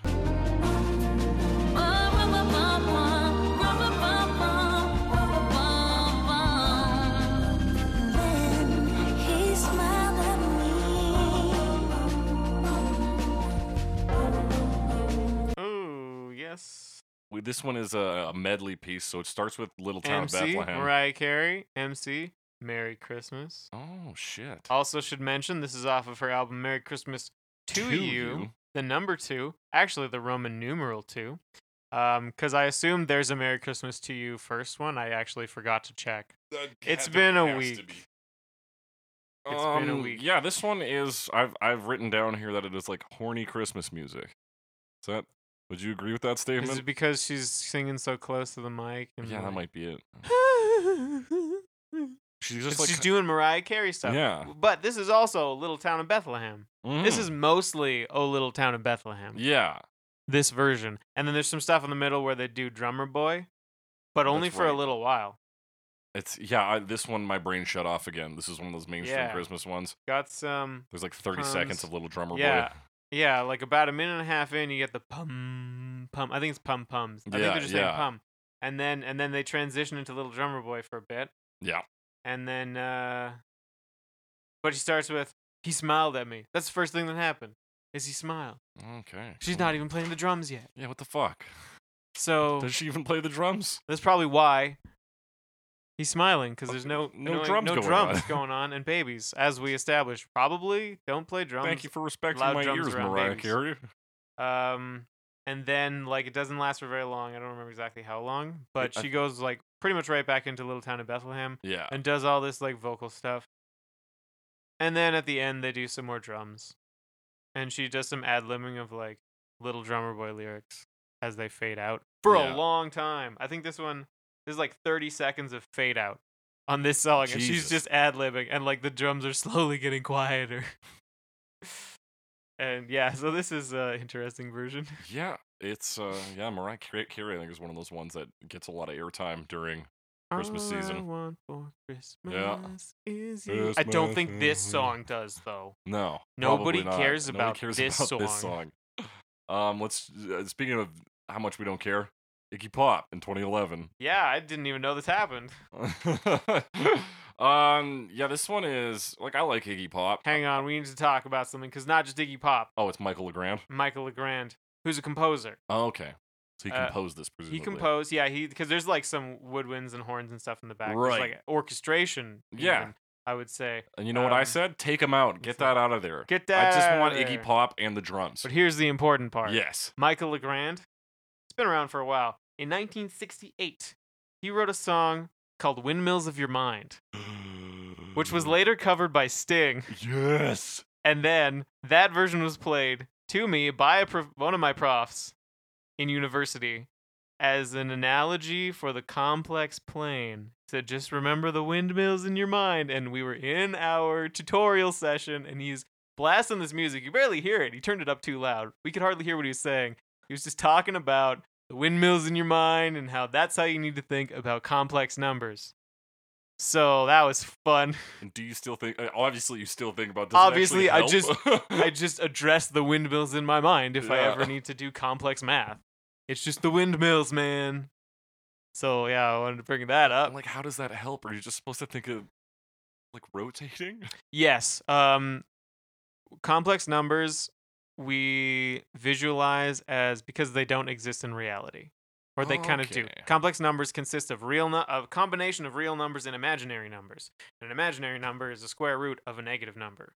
S2: Oh, yes.
S1: We, this one is a, a medley piece, so it starts with Little Town of
S2: MC,
S1: Bethlehem.
S2: Mariah Carey, MC, Merry Christmas.
S1: Oh shit.
S2: Also, should mention this is off of her album Merry Christmas to, you, the number two, actually the Roman numeral two. Um, because I assumed there's a Merry Christmas to you first one. I actually forgot to check.
S1: That
S2: It's
S1: had to-
S2: been a
S1: has to
S2: week.
S1: be.
S2: It's been a
S1: Um,
S2: week.
S1: Yeah, this one is. I've I've written down here that it is like horny Christmas music. Is that? Would you agree with that statement?
S2: Is it because she's singing so close to the mic? And
S1: yeah, that
S2: like-
S1: might be it. She's just
S2: It's-
S1: like
S2: she's doing Mariah Carey stuff.
S1: Yeah.
S2: But this is also Little Town of Bethlehem. This
S1: Mhm.
S2: is mostly Oh Little Town of Bethlehem.
S1: yeah.
S2: this version. And then there's some stuff in the middle where they do drummer boy, but only
S1: Oh, That's
S2: for a
S1: right.
S2: little while.
S1: It's yeah. I, this one, my brain shut off again. This is one of those mainstream
S2: Yeah.
S1: Christmas ones.
S2: Got some
S1: There's like 30
S2: Tons.
S1: seconds of Little Drummer
S2: Yeah.
S1: Boy.
S2: yeah, like about a minute and a half in you get the pum pum. I think it's pum pums. I think
S1: Yeah,
S2: they're just saying
S1: yeah.
S2: pum. And then and then they transition into little drummer boy for a bit.
S1: Yeah.
S2: And then uh but he starts with he smiled at me. That's the first thing that happened. Is he smiled.
S1: Okay.
S2: She's
S1: cool.
S2: not Oh. even playing the drums yet.
S1: Yeah. What the fuck?
S2: So
S1: Does she even play the drums?
S2: That's probably why he's smiling because there's no
S1: No
S2: annoying-
S1: drums
S2: no
S1: going
S2: drums
S1: on.
S2: *laughs* going on, and babies, as we established, probably don't play drums.
S1: Thank you for respecting
S2: loud
S1: my
S2: drums
S1: ears,
S2: around
S1: Mariah
S2: babies.
S1: Carey. *laughs*
S2: Um, and then like it doesn't last for very long. I don't remember exactly how long, but
S1: I-
S2: she goes like pretty much right back into Little Town of Bethlehem
S1: Yeah.
S2: and does all this like vocal stuff. And then at the end, they do some more drums, and she does some ad libbing of like Little Drummer Boy lyrics as they fade out for
S1: Yeah.
S2: a long time. I think this one this is like 30 seconds of fade out on this song, and she's
S1: Jesus.
S2: just ad libbing, and like the drums are *laughs* slowly getting quieter. and yeah, so this is an interesting version.
S1: Yeah. It's uh yeah, Mariah Car- Carey I think is one of those ones that gets a lot of airtime during *laughs* Christmas
S2: All I
S1: season.
S2: want for Christmas is you.
S1: Christmas
S2: I don't think this
S1: is you.
S2: song does though.
S1: No.
S2: Nobody
S1: probably not.
S2: cares
S1: Nobody
S2: about
S1: cares
S2: this
S1: about this song. Um let's uh, speaking of how much we don't care, Iggy Pop in 2011.
S2: Yeah, I didn't even know this happened.
S1: *laughs* um yeah, this one is like I like Iggy Pop.
S2: Hang on, we need to talk about something because not just Iggy Pop,
S1: Oh, it's Michael Legrand.
S2: Michael Legrand, who's a composer.
S1: Oh, okay. So he
S2: Uh,
S1: composed this presumably.
S2: He composed, yeah, he because there's like some woodwinds and horns and stuff in the back, There's,
S1: Right.
S2: like orchestration,
S1: Yeah.
S2: even. I would say.
S1: And you know what I
S2: Um,
S1: said? Take him out. Get that out of there.
S2: Get
S1: I just
S2: that
S1: want
S2: outta
S1: Iggy
S2: there.
S1: Pop and the drums.
S2: But here's the important part.
S1: Yes.
S2: Michael Legrand. It's been around for a while. In 1968, he wrote a song called "Windmills of Your Mind," which
S1: Mm.
S2: was later covered by Sting.
S1: *gasps* Yes.
S2: And then that version was played to me by a prof- one of my profs in university as an analogy for the complex plane. He said, just remember the windmills in your mind. And we were in our tutorial session, and he's blasting this music. You barely hear it. He turned it up too loud. We could hardly hear what he was saying. He was just talking about the windmills in your mind and how that's how you need to think about complex numbers. So that was fun.
S1: And do you still think? uh, Obviously, you still think about. Does
S2: Obviously,
S1: it
S2: I
S1: actually *laughs* help?
S2: I just address the windmills in my mind if I
S1: Yeah.
S2: ever need to do complex math. It's just the windmills, man. So yeah, I wanted to bring that up.
S1: I'm like, how does that help? Are you just supposed to think of like rotating? *laughs*
S2: yes, um complex numbers we visualize as because they don't exist in reality. Or they kind of do.
S1: Okay.
S2: Complex numbers consist of real nu- of combination of real numbers and imaginary numbers. An imaginary number is the square root of a negative number,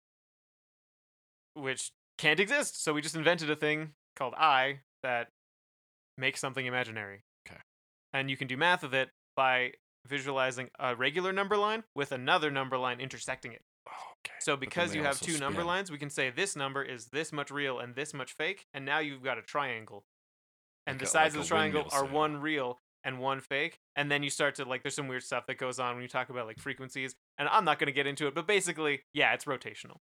S2: which can't exist. So we just invented a thing called I that makes something imaginary.
S1: Okay.
S2: And you can do math of it by visualizing a regular number line with another number line intersecting it.
S1: Okay.
S2: So
S1: but then
S2: because
S1: they
S2: you have
S1: also
S2: two number
S1: spin.
S2: lines, we can say this number is this much real and this much fake, and now you've got a triangle. And
S1: Like
S2: the
S1: a-
S2: sides
S1: like
S2: of the
S1: a
S2: triangle
S1: windmill
S2: are
S1: set.
S2: one real and one fake, and then you start to like there's some weird stuff that goes on when you talk about like frequencies, and I'm not going to get into it, but basically, yeah, it's rotational.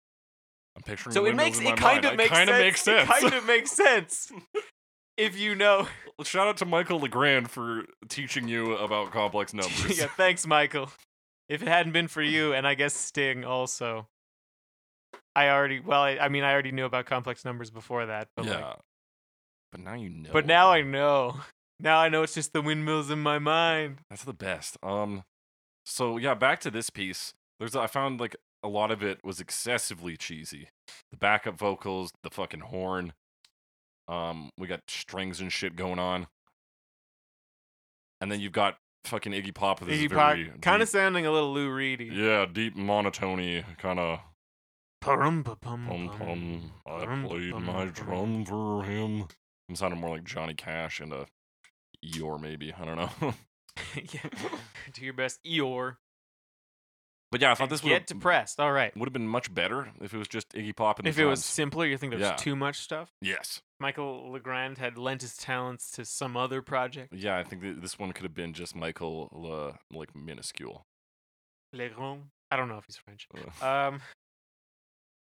S1: I'm picturing.
S2: So it
S1: windmills
S2: makes
S1: in
S2: it
S1: my
S2: kind
S1: mind.
S2: of makes
S1: It
S2: sense.
S1: makes sense.
S2: It kind of makes sense if you know.
S1: *laughs*
S2: *laughs*
S1: Shout out to Michael Legrand for teaching you
S2: *laughs*
S1: about complex numbers.
S2: yeah, thanks, Michael. If it hadn't
S1: *clears throat*
S2: been for you, and I guess Sting also. I already well, I, I mean, I already knew about complex numbers before that, but like,
S1: Yeah. But now you know.
S2: But now I know. Now I know it's just the windmills in my mind.
S1: That's the best. Um, so yeah, back to this piece. There's I found like a lot of it was excessively cheesy. The backup vocals, the fucking horn. Um, we got strings and shit going on, and then you've got fucking Iggy Pop with his
S2: Iggy Pop,
S1: very
S2: kind of
S1: deep-
S2: sounding a little Lou Reedy.
S1: yeah deep monotony kind of
S2: Pum pum pum
S1: pum pum. I
S2: Drum,
S1: played
S2: drum,
S1: my
S2: drum.
S1: drum for him. I'm sounding more like Johnny Cash and a Eeyore maybe I don't know.
S2: *laughs*
S1: *laughs*
S2: yeah. Do your best, Eeyore.
S1: but yeah, I thought
S2: and
S1: Oh, this
S2: get
S1: would
S2: depressed. All right.
S1: would have been much better if it was just Iggy Pop and the
S2: If it was
S1: drums.
S2: simpler, you think there was
S1: Yeah.
S2: too much stuff?
S1: Yes.
S2: Michael Legrand had lent his talents to some other project.
S1: Yeah, I think th- this one could have been just Michael Le, like minuscule.
S2: Legrand. I don't know if he's French.
S1: Uh,
S2: Um.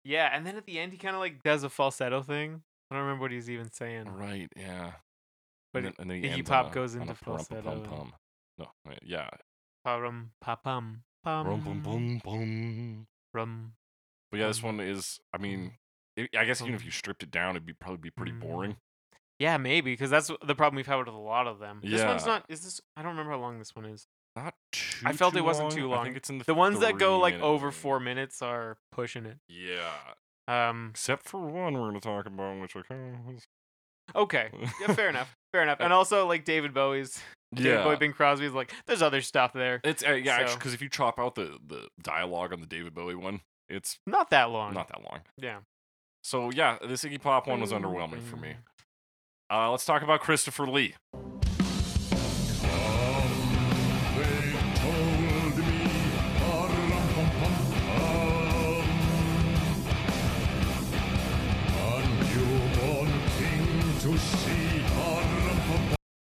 S2: Yeah, and then at the end, he kind of like does a falsetto thing. I don't remember what he's even saying.
S1: *laughs* right, yeah.
S2: But
S1: and then, and then he
S2: Iggy
S1: ends
S2: Pop
S1: on a-
S2: goes
S1: on
S2: into
S1: a pum
S2: falsetto
S1: pum
S2: and-
S1: pum. No, wait, yeah.
S2: Pum pum
S1: Rum pum pum pum.
S2: rum
S1: But yeah, this
S2: pum,
S1: one is I mean, i I guess even if
S2: pum.
S1: you stripped it down, it'd be probably be pretty
S2: Um, Mm.
S1: boring.
S2: Yeah, maybe because that's the problem we've had with a lot of them. This one's
S1: Yeah.
S2: not. Is this? I don't remember how long this one is.
S1: Not too
S2: I felt it wasn't too
S1: I
S2: long.
S1: think it's in the
S2: The ones that go like
S1: three-minute
S2: over
S1: range.
S2: four minutes are pushing it.
S1: Yeah.
S2: Um.
S1: Except for one we're gonna talk about, which I kind *laughs*
S2: Okay.
S1: of
S2: Yeah. Fair enough. Fair enough. And also like David Bowie's, David Bowie, Bing Crosby's. Like, there's other stuff there.
S1: It's uh, yeah, actually,
S2: So-
S1: because if you chop out the the dialogue on the David Bowie one, it's
S2: Not that long.
S1: not that long.
S2: Yeah.
S1: So yeah, this Iggy Pop one was underwhelming for me. Uh, let's talk about Christopher Lee.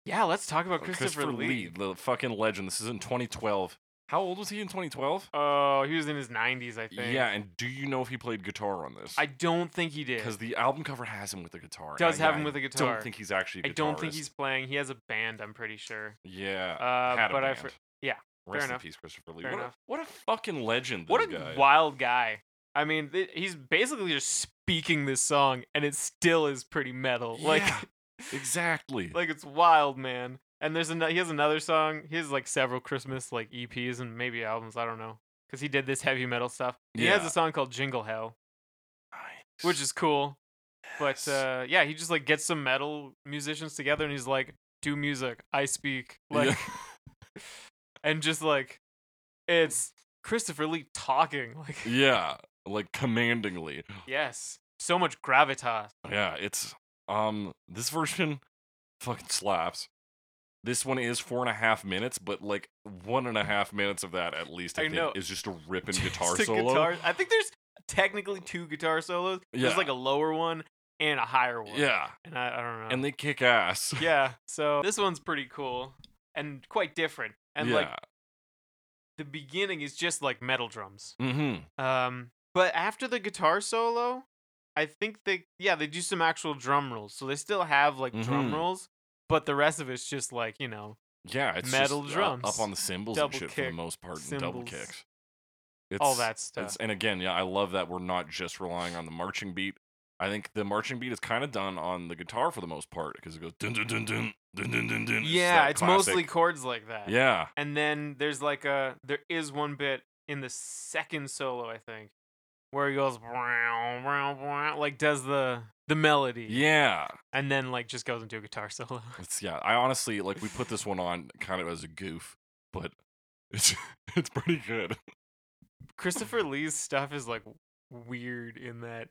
S2: Yeah. Let's talk about
S1: Uh,
S2: Christopher, Lee.
S1: the fucking legend. This is in 2012. How old was he in 2012?
S2: Oh, he was in his 90s, I think.
S1: Yeah, and do you know if he played guitar on this?
S2: I don't think he did.
S1: because the album cover has him with a guitar. and
S2: Does
S1: I-
S2: have
S1: yeah,
S2: him with a
S1: I
S2: guitar.
S1: don't think he's actually. I
S2: I don't think he's playing. He has a band. I'm pretty sure.
S1: Yeah.
S2: Uh,
S1: had a
S2: but I.
S1: band.
S2: fr- yeah,
S1: Rest in
S2: enough.
S1: peace, Christopher Lee.
S2: Fair
S1: What a,
S2: enough.
S1: what a fucking legend! This
S2: What a
S1: guy.
S2: wild guy. I mean, th- he's basically just speaking this song and it still is pretty metal. *laughs* Like
S1: Yeah, exactly.
S2: like it's wild, man. And there's another he has another song. He has like several Christmas like EPs and maybe albums, I don't know. Cuz he did this heavy metal stuff. He has
S1: Yeah.
S2: a song called Jingle Hell, which
S1: Nice.
S2: is cool. But
S1: Yes.
S2: uh yeah, he just like gets some metal musicians together and he's like do music, I speak. Like *laughs*
S1: Yeah.
S2: and just like it's Christopher Lee talking. *laughs* Like
S1: Yeah, like commandingly.
S2: yes, so
S1: *laughs*
S2: much gravitas.
S1: Yeah, it's um this version *laughs* fucking slaps. This one is four and a half minutes, but like one and a half minutes of that at least I,
S2: I
S1: think
S2: know.
S1: is
S2: *laughs*
S1: just a ripping guitar
S2: Just a
S1: solo.
S2: guitar- I think there's technically two guitar solos.
S1: Yeah.
S2: There's like a lower one and a higher one.
S1: Yeah,
S2: and I, I don't know.
S1: and *laughs* they kick ass.
S2: *laughs* yeah, so this one's pretty cool and quite different. And like the beginning is just like metal drums.
S1: mm-hmm.
S2: Um, but after the guitar solo, I think they yeah they do some actual drum rolls. So they still have like
S1: Mhm.
S2: drum rolls, but the rest of it's just like you know
S1: Yeah, it's
S2: Metal
S1: just, uh, up
S2: drums,
S1: on the cymbals
S2: double
S1: and shit for the
S2: kick,
S1: most part, and double
S2: cymbals,
S1: kicks. It's,
S2: all that stuff.
S1: It's, and again, yeah, I love that we're not just relying on the marching beat. I think the marching beat is kind of done on the guitar for the most part because it goes dun dun dun dun dun dun dun dun.
S2: yeah,
S1: that
S2: it's
S1: classic-
S2: mostly chords like that.
S1: yeah.
S2: And then there's like a there is one bit in the second solo I think where he goes "Wow, wow, wow," like does the the melody
S1: Yeah.
S2: and then like just goes into a guitar *laughs* solo.
S1: It's yeah. I honestly like we put this one on kind of as a goof, but it's *laughs* it's pretty good.
S2: Christopher Lee's stuff is like weird in that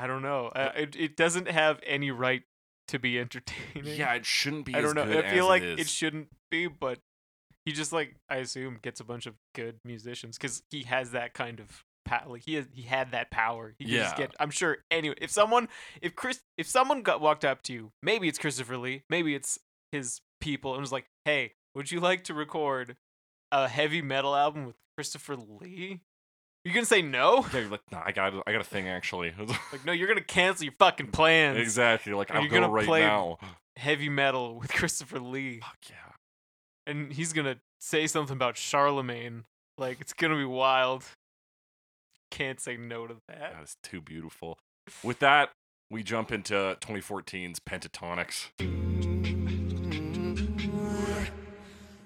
S2: I don't know. Uh, it it doesn't have any right to be *laughs* entertaining.
S1: Yeah, it shouldn't be
S2: I don't
S1: as
S2: know.
S1: good
S2: I feel
S1: as
S2: like
S1: it,
S2: it,
S1: is.
S2: shouldn't be, but he just like I assume gets a bunch of good musicians because he has that kind of pa- like he has, he had that power. He could just
S1: Yeah.
S2: get. I'm sure. Anyway, if someone if Chris if someone got walked up to you, maybe it's Christopher Lee, maybe it's his people, and was like, "Hey, would you like to record a heavy metal album with Christopher Lee?" You're gonna say no?
S1: Yeah, you're like, nah, I got I got a thing actually. *laughs*
S2: Like no, you're gonna cancel your fucking plans.
S1: exactly. Like
S2: Are
S1: I'll
S2: you
S1: go
S2: gonna
S1: right
S2: play-
S1: now.
S2: Heavy metal with Christopher Lee.
S1: Fuck yeah.
S2: and he's gonna say something about Charlemagne. Like it's gonna be wild. Can't say no to that.
S1: That is too beautiful. With that, we jump into 2014's Pentatonics.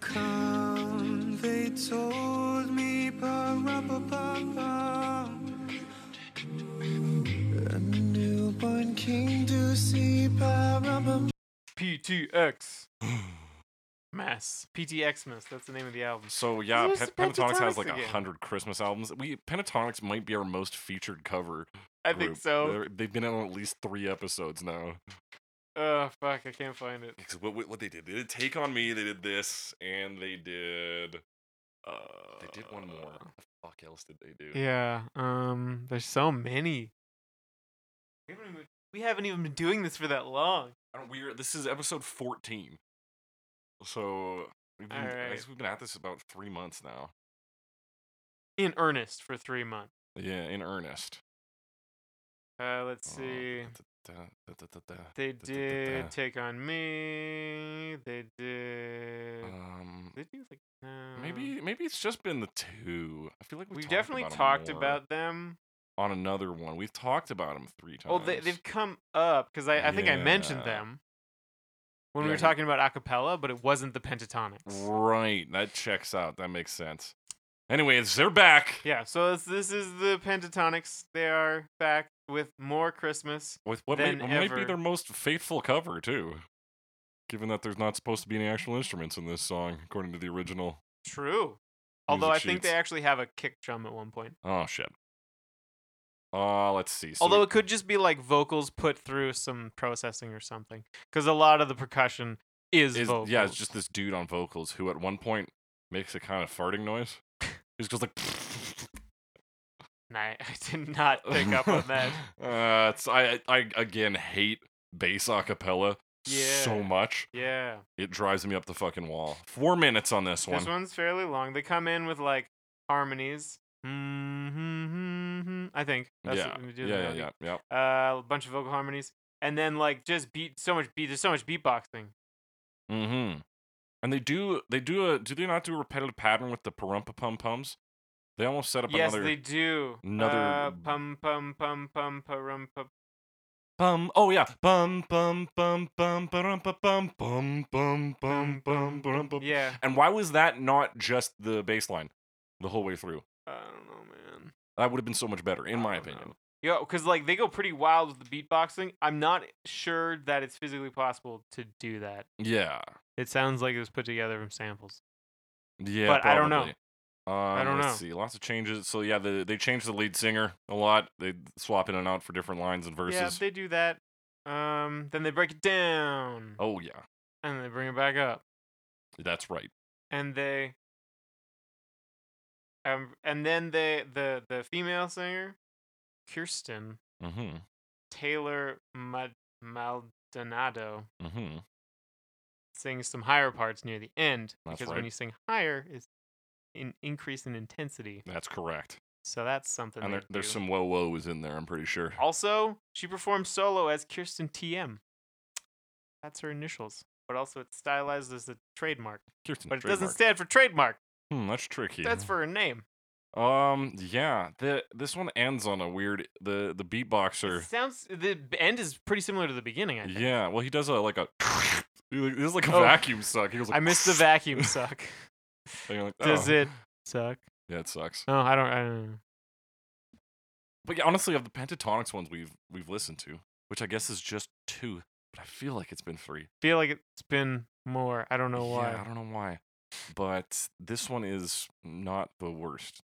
S4: Come, they told me, ba-rum-ba-bum-bum. A newborn king to see, ba-rum-bum.
S1: *sighs*
S2: PTX. Mass. PTX Mass. That's the name of the album.
S1: So yeah,
S2: Where's
S1: Pen-
S2: the
S1: Pentatonics has
S2: Pentatonics
S1: like a
S2: again?
S1: hundred Christmas albums. We Pentatonics might be our most featured cover.
S2: I think
S1: group.
S2: so.
S1: They're- they've been on at least three episodes now.
S2: Oh fuck, I can't find it.
S1: Because what, what what they did, they did Take on Me, they did this, and they did. Uh, they did one more. What the fuck else did they do?
S2: Yeah. Um. There's so many. We haven't even, we haven't even been doing this for that long.
S1: I don't, we're this is episode fourteen. So we've been, I
S2: Alright.
S1: guess we've been at this about three months now.
S2: In earnest for three months.
S1: Yeah, in earnest.
S2: Uh. Let's
S1: Uh,
S2: see.
S1: da- da- da- da- da- da-
S2: They
S1: da- da- da- da.
S2: did take on me. They did.
S1: Um,
S2: They do like no.
S1: maybe maybe it's just been the two. I feel like we
S2: We've
S1: talked
S2: definitely
S1: about 'em
S2: talked
S1: more
S2: about them.
S1: on another one. We've talked about them three times.
S2: Oh, they, they've come up because I, I think I mentioned
S1: Yeah.
S2: them when we
S1: Yeah,
S2: were
S1: you-
S2: talking about acapella, but it wasn't the pentatonics.
S1: Right. That checks out. That makes sense. Anyways, they're back
S2: Yeah, so this, this is the pentatonics. They are back with more Christmas.
S1: with what, may,
S2: than
S1: what might be
S2: ever.
S1: their most faithful cover, too. Given that there's not supposed to be any actual instruments in this song, according to the original.
S2: True. Although I
S1: Music
S2: think they
S1: sheets.
S2: actually have a kick drum at one point.
S1: Oh, shit. Uh, let's see. So
S2: Although it could just be like vocals put through some processing or something, because a lot of the percussion is,
S1: is,
S2: vocals.
S1: yeah, it's just this dude on vocals who at one point makes a kind of farting noise. He just goes like.
S2: And I, *laughs* I did not *laughs* pick up on
S1: *laughs*
S2: that.
S1: uh, it's, I, I again hate bass a cappella so
S2: Yeah.
S1: much.
S2: Yeah.
S1: It drives me up the fucking wall. Four minutes on this one.
S2: This one's fairly long. They come in with like harmonies. Mm-hmm, I think. That's
S1: yeah.
S2: what we do the
S1: yeah, yeah,
S2: melody.
S1: yeah, yeah.
S2: Uh, a bunch of vocal harmonies, and then like just beat so much beat. There's so much beatboxing.
S1: Mm-hmm. And they do, they do a, do they not do a repetitive pattern with the parumpa pum pums? They almost set up
S2: yes,
S1: another
S2: they do.
S1: another-
S2: uh, pum pum pum pum pum pum.
S1: bum. Oh yeah, bum bum bum bum parumpa bum bum bum bum bum parumpa.
S2: Yeah,
S1: And why was that not just the bass line the whole way through?
S2: I don't know, man.
S1: That would have been so much better, in
S2: I
S1: my
S2: don't
S1: opinion.
S2: know. Yeah, because like they go pretty wild with the beatboxing. I'm not sure that it's physically possible to do that.
S1: Yeah,
S2: It sounds like it was put together from samples.
S1: yeah.
S2: But I don't know.
S1: probably. Um,
S2: don't
S1: let's
S2: know.
S1: see. Lots of changes. So yeah, the, they changed the lead singer a lot. They swap in and out for different lines and verses.
S2: Yeah, they do that. Um, then they break it down,
S1: oh yeah,
S2: and then they bring it back up,
S1: that's right.
S2: and they, um, and then they the the female singer, Kirsten
S1: Mm-hmm.
S2: Taylor Mad- Maldonado,
S1: Mm-hmm.
S2: sings some higher parts near the end
S1: That's
S2: because
S1: right.
S2: when you sing higher, it's an increase in intensity.
S1: That's correct.
S2: So that's something.
S1: And
S2: they
S1: there, there's
S2: do.
S1: some whoa whoa is in there. I'm pretty sure.
S2: Also, she performs solo as Kirsten TM. That's her initials, but also it's stylized as a trademark.
S1: Kirsten
S2: But it
S1: trademark.
S2: doesn't stand for trademark.
S1: Hmm, that's tricky.
S2: That's for her name.
S1: Um. Yeah. The this one ends on a weird. The the beatboxer.
S2: It sounds the b- end is pretty similar to the beginning. *laughs* I think.
S1: Yeah. Well, he does a like a. *laughs* he like- This is like a
S2: Oh.
S1: vacuum suck. He goes. Like,
S2: I missed
S1: *laughs*
S2: the vacuum suck.
S1: and you're like,
S2: Does
S1: "Oh."
S2: it suck?
S1: Yeah, it sucks.
S2: No, I don't. I don't know.
S1: But yeah, honestly, of the pentatonics ones we've we've listened to, which I guess is just two, but I feel like it's been three.
S2: Feel like it's been more. I don't know why.
S1: Yeah, I don't know why. But this one is not the worst.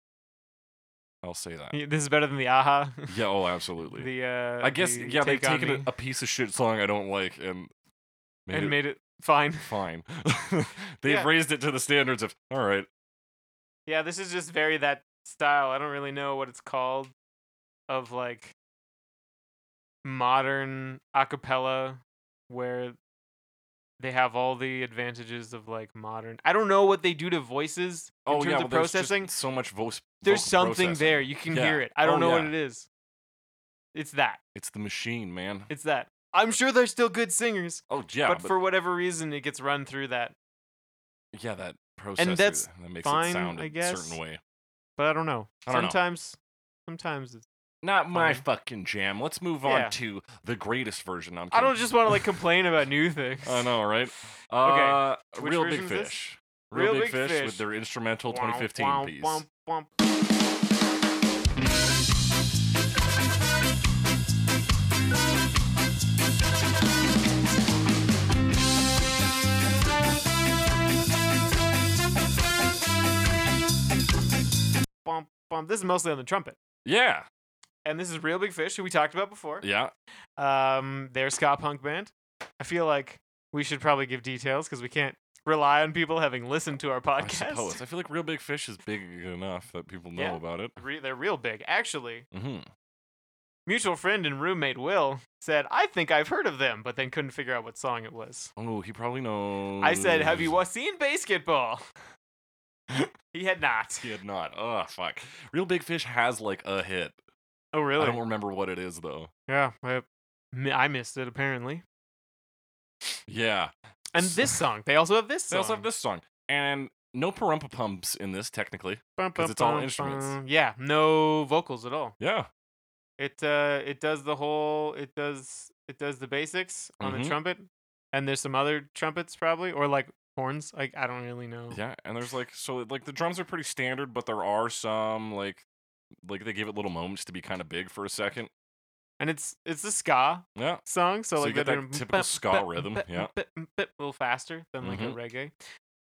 S1: I'll say
S2: *laughs*
S1: that.
S2: Yeah, This is better than the Aha.
S1: Yeah. Oh, absolutely.
S2: *laughs* the uh,
S1: I guess
S2: the
S1: yeah, they've
S2: Take On
S1: taken a,
S2: Me
S1: a piece of shit song I don't like and made
S2: and
S1: it
S2: made it fine. *laughs*
S1: fine. *laughs* they've
S2: Yeah.
S1: raised it to the standards of all right.
S2: Yeah, this is just very that style. I don't really know what it's called of like modern a cappella where they have all the advantages of like modern. I don't know what they do to voices in
S1: Oh
S2: terms
S1: yeah, well,
S2: of
S1: there's just
S2: processing.
S1: so much voice.
S2: There's
S1: vocal
S2: something
S1: processing.
S2: there. You can
S1: Yeah.
S2: hear it. I
S1: Oh,
S2: don't know what
S1: yeah.
S2: it is. It's that.
S1: It's the machine, man.
S2: It's that. I'm sure they're still good singers,
S1: oh yeah,
S2: but, for whatever reason it gets run through that.
S1: yeah, that process
S2: that's
S1: that makes
S2: fine,
S1: it sound
S2: I
S1: a
S2: guess.
S1: certain way.
S2: But I don't know.
S1: I don't know.
S2: sometimes sometimes it's
S1: Not my
S2: Fine.
S1: fucking jam. Let's move
S2: Yeah.
S1: on to the greatest version. I'm.
S2: I don't
S1: kidding.
S2: just want
S1: *laughs*
S2: to like complain about new things. *laughs*
S1: I know, right?
S2: Okay,
S1: Uh,
S2: which
S1: Real Big
S2: version is this?
S1: Fish. Real, Big, Fish, with their instrumental 2015
S2: Womp,
S1: piece.
S2: womp, womp, womp. Bump, bump. This is mostly on the trumpet.
S1: Yeah,
S2: And this is Real Big Fish, who we talked about before.
S1: yeah.
S2: Um, they're a ska punk band. I feel like we should probably give details because we can't rely on people having listened to our
S1: I
S2: podcast.
S1: suppose. I feel like Real Big Fish is big enough that people know
S2: Yeah.
S1: about it.
S2: Re- they're real big. Actually,
S1: hmm
S2: mutual friend and roommate Will said, I think I've heard of them, but then couldn't figure out what song it was.
S1: Oh, he probably knows.
S2: I said, Have
S1: Mm.
S2: you wa- seen basketball? *laughs* he had not.
S1: He had not. Oh fuck. Real Big Fish has like a hit.
S2: Oh,
S1: I
S2: really?
S1: don't remember what it is though.
S2: yeah. I, mi- I missed it, apparently.
S1: Yeah. *laughs*
S2: And this song. They also have this song.
S1: They also have this song and no parumpa pumps in this technically. 'cause it's all instruments.
S2: Yeah. No vocals at all.
S1: Yeah.
S2: It uh it does the whole it does it does the basics on the
S1: Mhm.
S2: trumpet and there's some other trumpets probably or like horns like I don't really know.
S1: Yeah. And there's like so like the drums are pretty standard, but there are some like like they give it little moments to be kind of big for a second.
S2: And it's it's a ska
S1: Yeah.
S2: song so,
S1: So you
S2: like
S1: get
S2: they're
S1: that
S2: doing
S1: typical
S2: bop,
S1: ska
S2: bop,
S1: rhythm,
S2: bop,
S1: yeah.
S2: bop, bop, a little faster than like
S1: Mhm.
S2: a reggae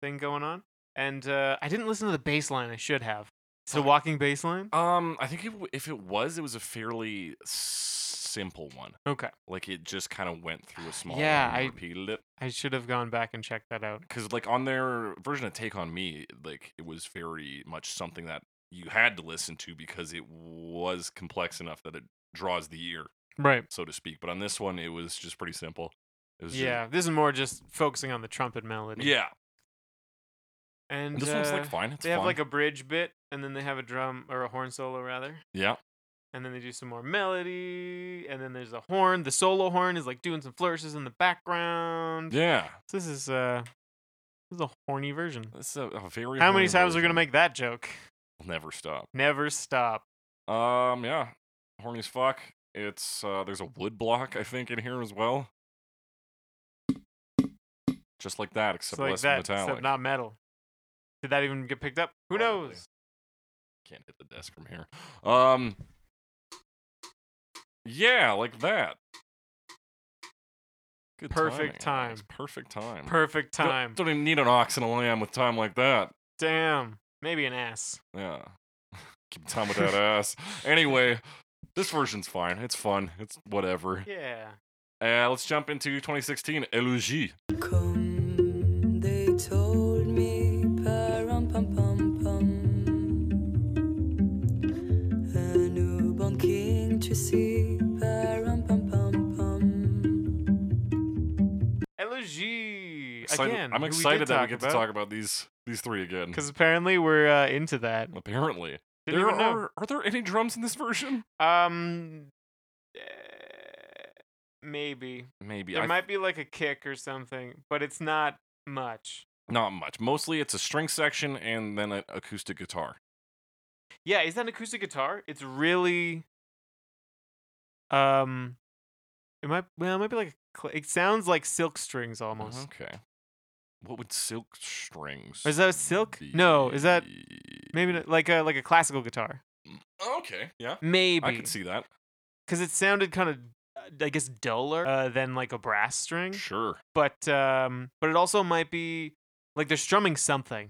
S2: thing going on. And uh I didn't listen to the bass line I should have. It's a walking bass line?
S1: Um I think it, w- if it was it was a fairly simple one.
S2: Okay.
S1: Like it just kind of went through a small
S2: Yeah,
S1: one and
S2: I-
S1: repeated it.
S2: I should have gone back and checked that out.
S1: because like on their version of Take on Me, like it was very much something that you had to listen to because it was complex enough that it draws the ear,
S2: Right.
S1: so to speak. But on this one, it was just pretty simple. It was
S2: Yeah, this is more just focusing on the trumpet melody.
S1: just, yeah.
S2: And
S1: And this one's like
S2: uh,
S1: fine. It's
S2: they have
S1: fun.
S2: like a bridge bit and then they have a drum or a horn solo rather
S1: yeah,
S2: and then they do some more melody and then there's a horn the solo horn is like doing some flourishes in the background
S1: yeah.
S2: So this is uh this is a horny version
S1: This is a, a very.
S2: how many
S1: horny
S2: times are we gonna
S1: version.
S2: make that joke
S1: We'll never stop.
S2: never stop
S1: Um, yeah, horny as fuck. It's uh, there's a wood block I think in here as well. Just like that,
S2: it's
S1: except
S2: like
S1: less
S2: that
S1: metallic.
S2: except not metal did that even get picked up who
S1: Probably.
S2: knows
S1: can't hit the desk from here. Um Yeah, like that. Good
S2: Perfect
S1: timing, guys.
S2: time.
S1: Perfect time.
S2: perfect
S1: Don't-
S2: time
S1: Don't, even need an ox and a lamb with time like that.
S2: damn Maybe an ass.
S1: Yeah. *laughs* Keep time with
S2: *laughs*
S1: that ass. Anyway, this version's fine. It's fun. It's whatever.
S2: Yeah.
S1: Uh, let's jump into 2016 Elogie.
S7: Come, they told me, param pam pam pam. A newborn king to see, param pam pam pam.
S2: Elegy.
S1: Excited-
S2: Again.
S1: I'm excited that we get to talk about these these three again.
S2: Because apparently we're uh, into that.
S1: Apparently,
S2: Didn't
S1: there
S2: even know.
S1: are are there any drums in this version?
S2: Um, eh, maybe
S1: Maybe
S2: there
S1: I-
S2: might be like a kick or something, but it's not much.
S1: not much. Mostly, it's a string section and then an acoustic guitar.
S2: Yeah, is that an acoustic guitar? It's really, um, it might well, it might be like a cl- it sounds like silk strings almost.
S1: Okay. What would silk strings?
S2: Or Mm-hmm. is that a silk? No, is that
S1: be?
S2: maybe not- like a like a classical guitar?
S1: Okay. Yeah.
S2: Maybe
S1: I could see that.
S2: because it sounded kind of. I guess duller uh, than like a brass string,
S1: Sure.
S2: but um, but it also might be like they're strumming something.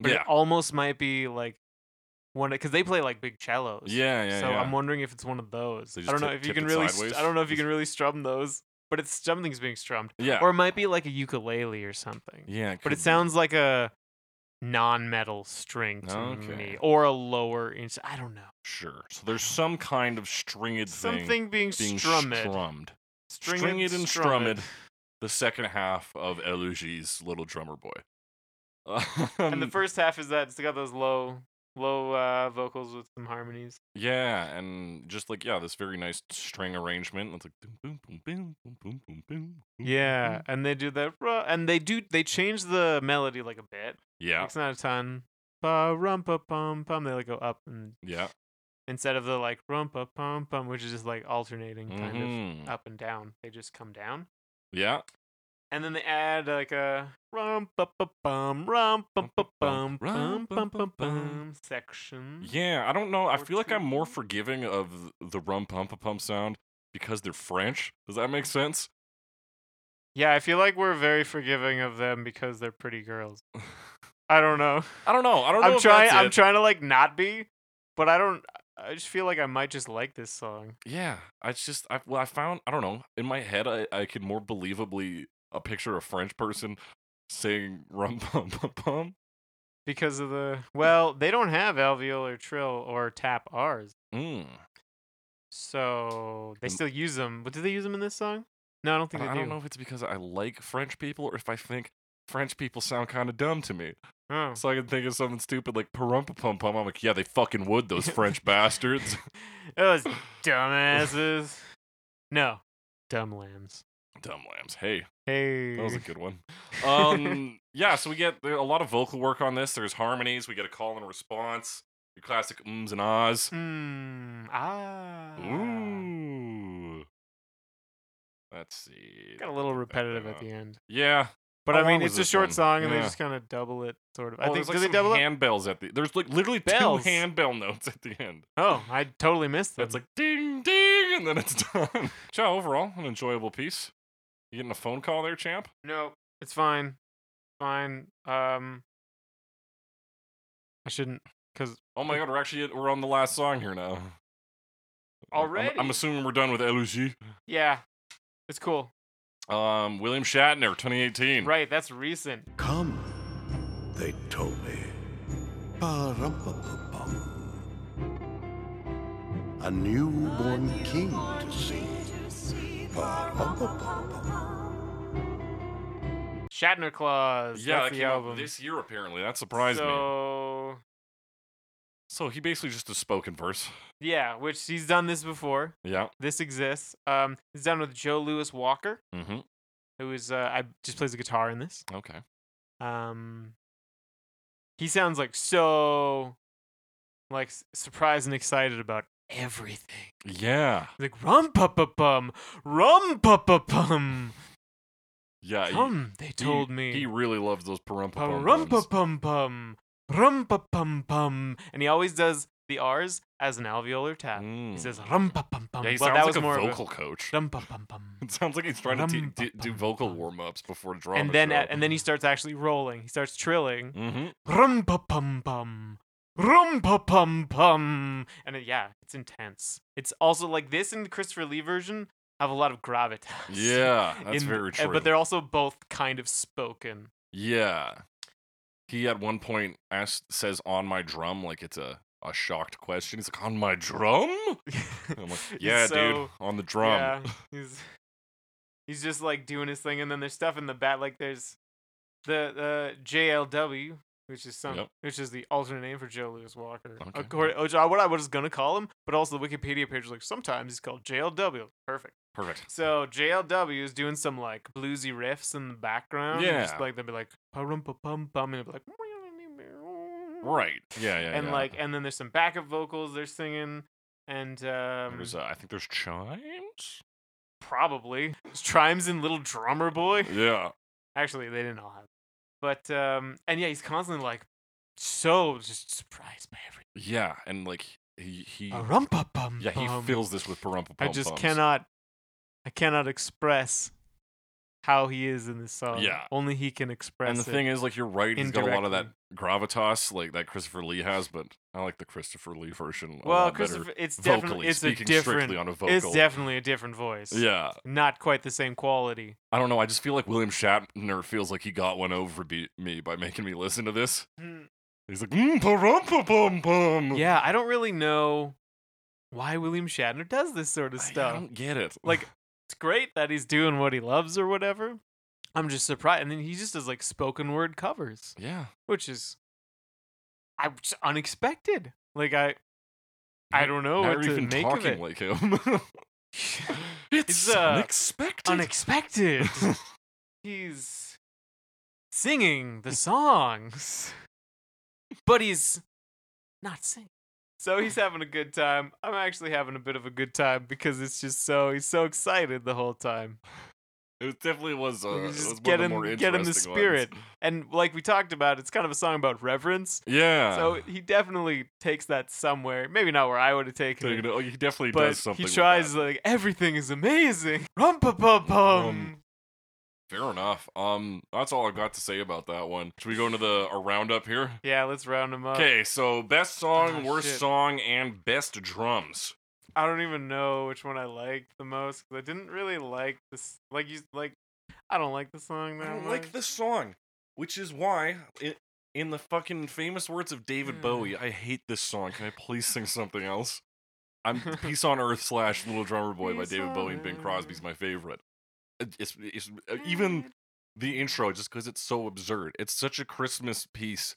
S2: but
S1: Yeah.
S2: it almost might be like one because they play like big cellos.
S1: Yeah. Yeah.
S2: so
S1: yeah.
S2: I'm wondering if it's one of those.
S1: They
S2: I
S1: just
S2: don't know
S1: tip-
S2: if you
S1: tip
S2: can
S1: it
S2: really.
S1: sideways?
S2: I don't know if you
S1: Just-
S2: can really strum those, but it's something's being strummed,
S1: yeah.
S2: or it might be like a ukulele or something.
S1: yeah.
S2: but
S1: could
S2: it
S1: be.
S2: sounds like a non-metal string to
S1: Okay.
S2: me, or a lower inch. I don't know.
S1: sure. So there's some kind of stringed thing
S2: Something being,
S1: being
S2: strummed.
S1: strummed.
S2: Stringed,
S1: String it and strum
S2: strummed.
S1: it. The second half of Elugie's Little Drummer Boy.
S2: And the
S1: Um,
S2: first half is that it's got those low, low uh, vocals with some harmonies.
S1: Yeah, and just like yeah, this very nice string arrangement. It's like boom, boom, boom, boom, boom, boom, boom.
S2: Yeah, and they do that, "Ruh," and they do they change the melody like a bit.
S1: yeah,
S2: It's not a ton. Ba rum pa pum pum. They like go up and
S1: yeah.
S2: instead of the like rum pa pum pum, which is just like alternating kind
S1: mhm,
S2: of Mm-hmm. up and down. They just come down,
S1: Yeah,
S2: and then they add like a rum pa pa pum rum pa pa pum
S1: Rum pa
S2: pum pum
S1: pa
S2: pum
S1: pum.
S2: pum section.
S1: yeah. I don't know. I
S2: Or
S1: feel like I'm more
S2: two.
S1: forgiving of th- the rum pump a pump sound because they're French. Does that make sense?
S2: Yeah, I feel like we're very forgiving of them because they're
S1: *laughs*
S2: pretty girls. I don't know.
S1: I don't know. I don't know.
S2: I'm
S1: if
S2: trying.
S1: that's
S2: I'm
S1: it.
S2: trying to like not be, but I don't. I just feel like I might just like this song.
S1: yeah, I just I well I found I don't know in my head I I could more believably a picture of a French person saying rum pum pum pum.
S2: because of the well, they don't have alveolar trill or tap R's,
S1: Mm.
S2: so they
S1: Mm.
S2: still use them. But do they use them in this song? No, I don't think
S1: And
S2: they
S1: I
S2: do.
S1: don't know if it's because I like French people or if I think French people sound kind of dumb to me.
S2: Oh. *laughs*
S1: So I can think of something stupid like parumpa pum pum. I'm like, yeah, they fucking would,
S2: *laughs*
S1: those French bastards.
S2: Those dumbasses. No, dumb lambs.
S1: Dumb lambs. Hey,
S2: Hey,
S1: that was a good
S2: *laughs*
S1: one. Um, yeah, so we get there- a lot of vocal work on this. There's harmonies. We get a call and response. Your classic ums and ahs.
S2: Hmm. Ah.
S1: Ooh. Let's see.
S2: Got a little repetitive at
S1: Uh,
S2: the end,
S1: Yeah.
S2: but
S1: How
S2: I mean
S1: long
S2: it's
S1: was
S2: a
S1: this
S2: short
S1: one?
S2: song, and
S1: Yeah.
S2: they just kind of double it, sort of.
S1: Oh,
S2: I think
S1: there's
S2: do
S1: like
S2: they double
S1: some
S2: it?
S1: handbells at the. There's like literally
S2: Bells.
S1: two handbell notes at the end.
S2: Oh, I totally missed that.
S1: It's like ding ding, and then it's *laughs* done. Chow, overall, an enjoyable piece. You getting a phone call there, champ?
S2: No, it's fine. Fine. Um I shouldn't cuz
S1: Oh my god, we're actually at- we're on the last song here now. I'm- I'm,
S2: Already?
S1: assuming we're done with Elugie.
S2: yeah. It's cool.
S1: Um, William Shatner, 2018.
S2: Right, that's recent.
S4: Come, they told me. Ba-rum-pa-pa-pum. A newborn king to see. Ba-rum-pa-pa-pum.
S2: Shatner Claus.
S1: Yeah,
S2: that's
S1: that
S2: the
S1: came
S2: album.
S1: out this year apparently. That surprised me.
S2: so,
S1: So he basically just a spoken verse.
S2: yeah, which he's done this before.
S1: Yeah.
S2: This exists. Um it's done with Joe Lewis Walker,
S1: Mm-hmm.
S2: who is uh I just plays the guitar in this.
S1: Okay.
S2: Um He sounds like so like s- surprised and excited about everything.
S1: Yeah.
S2: Like rum pa pa pum, rum pa pa pum.
S1: Yeah. Uh, he-
S2: Come, they
S1: he-
S2: told me.
S1: he really loves those parumpa
S2: pa rum pa pum pum, rum pa pum pum. And he always does the R's as an alveolar tap. He
S1: Mm.
S2: says rum pum pum pum.
S1: Yeah, he
S2: Um, well,
S1: sounds
S2: that
S1: like
S2: was
S1: a
S2: more of
S1: vocal coach.
S2: Rum pum pum pum.
S1: *laughs* It sounds like he's trying to
S2: Rum,
S1: te-
S2: bum,
S1: do- do
S2: bum,
S1: vocal
S2: bum.
S1: warm ups before drama.
S2: And then at, and then he starts actually rolling. He starts trilling.
S1: hmm
S2: Rum pum pum pum. Rum pum pum pum. And it, yeah, it's intense. It's also like this and the Christopher Lee version have a lot of gravitas.
S1: Yeah, that's
S2: in-
S1: very
S2: uh,
S1: true.
S2: But they're also both kind of
S1: *laughs*
S2: spoken.
S1: yeah, he at one point asks, says on my drum like it's a a shocked question. He's like on my drum.
S2: *laughs*
S1: I'm like, yeah, dude,
S2: so-
S1: on the drum.
S2: Yeah, he's he's just like doing his thing, and then there's stuff in the back. Like there's the uh, JLW, which is some,
S1: Yep.
S2: which is the alternate name for Joe Lewis Walker.
S1: Okay.
S2: According, which I, what I was gonna call him, but also the Wikipedia page was like sometimes he's called JLW. Perfect.
S1: Perfect.
S2: So JLW is doing some like bluesy riffs in the background. and just,
S1: Yeah.
S2: like they'll be like pum pum pum, and they'll be like.
S1: Right. Yeah, yeah.
S2: And
S1: yeah.
S2: like, and then there's some backup vocals they're singing, and um,
S1: there's, uh, I think there's chimes.
S2: Probably. *laughs* It's Chimes and Little Drummer Boy.
S1: Yeah.
S2: Actually, they didn't all have. But um and yeah, he's constantly like so just surprised by everything.
S1: Yeah, and like he he
S2: Ba-rum-pa-bum-bum.
S1: yeah he fills this with parumpa
S2: I just cannot I cannot express how he is in this song.
S1: Yeah.
S2: Only he can express
S1: And the
S2: it.
S1: thing is, like you're right, he's got a lot of that
S2: indirectly.
S1: gravitas, like that Christopher Lee has, but I like the Christopher Lee version. a
S2: well,
S1: lot better
S2: Christopher it's
S1: vocally,
S2: definitely it's a
S1: speaking
S2: different
S1: strictly on a vocal.
S2: it's definitely a different voice.
S1: yeah,
S2: Not quite the same quality.
S1: I don't know. I just feel like William Shatner feels like he got one over be- me by making me listen to this. He's like, mm, parumpa bum bum.
S2: Yeah, I don't really know why William Shatner does this sort of
S1: I-
S2: stuff.
S1: I don't get it.
S2: like it's great that he's doing what he loves or whatever. I'm just surprised, and then he just does like spoken word covers,
S1: *sighs* yeah,
S2: which is I was unexpected. Like I, I
S1: Not-
S2: don't know
S1: not
S2: what to
S1: even
S2: oh, make of
S1: talking
S2: it.
S1: like him. *laughs* it's,
S2: *laughs* It's, uh,
S1: unexpected. *laughs*
S2: unexpected. he's singing
S1: Mm.
S2: the songs, *laughs* but he's not singing. So he's having a good time. I'm actually having a bit of a good time because it's just so he's so excited the whole time.
S1: It was- definitely was. Uh,
S2: Like, you
S1: it was
S2: just
S1: one of
S2: get
S1: the
S2: in-
S1: more
S2: get in the
S1: interesting
S2: spirit.
S1: ones.
S2: And like we talked about, it's kind of a song about reverence.
S1: Yeah.
S2: So he definitely takes that somewhere. Maybe not where I would have taken
S1: Taking
S2: it.
S1: it- oh, he definitely
S2: but
S1: does something.
S2: he
S1: with
S2: tries
S1: that.
S2: like everything is amazing. Rum pa pum pum.
S1: Um, Fair enough. Um, that's all I've got to say about that one. Should we go into the a roundup here?
S2: Yeah, let's round him up.
S1: Okay, so best song,
S2: Uh, Ah,
S1: worst
S2: shit.
S1: song, and best drums.
S2: I don't even know which one I liked the most 'cause I didn't really like this. Like you like, I don't like the song that much.
S1: this song, which is why, i- in the fucking famous words of David Bowie,
S2: Mm.
S1: I hate this song. Can I please sing something
S2: *laughs*
S1: else? I'm Peace on Earth slash Little Drummer Boy by
S2: Peace
S1: David
S2: on
S1: Bowie and Ben Crosby's
S2: Earth.
S1: my favorite. It- It's, it's uh, even the intro just because it's so absurd. It's such a Christmas piece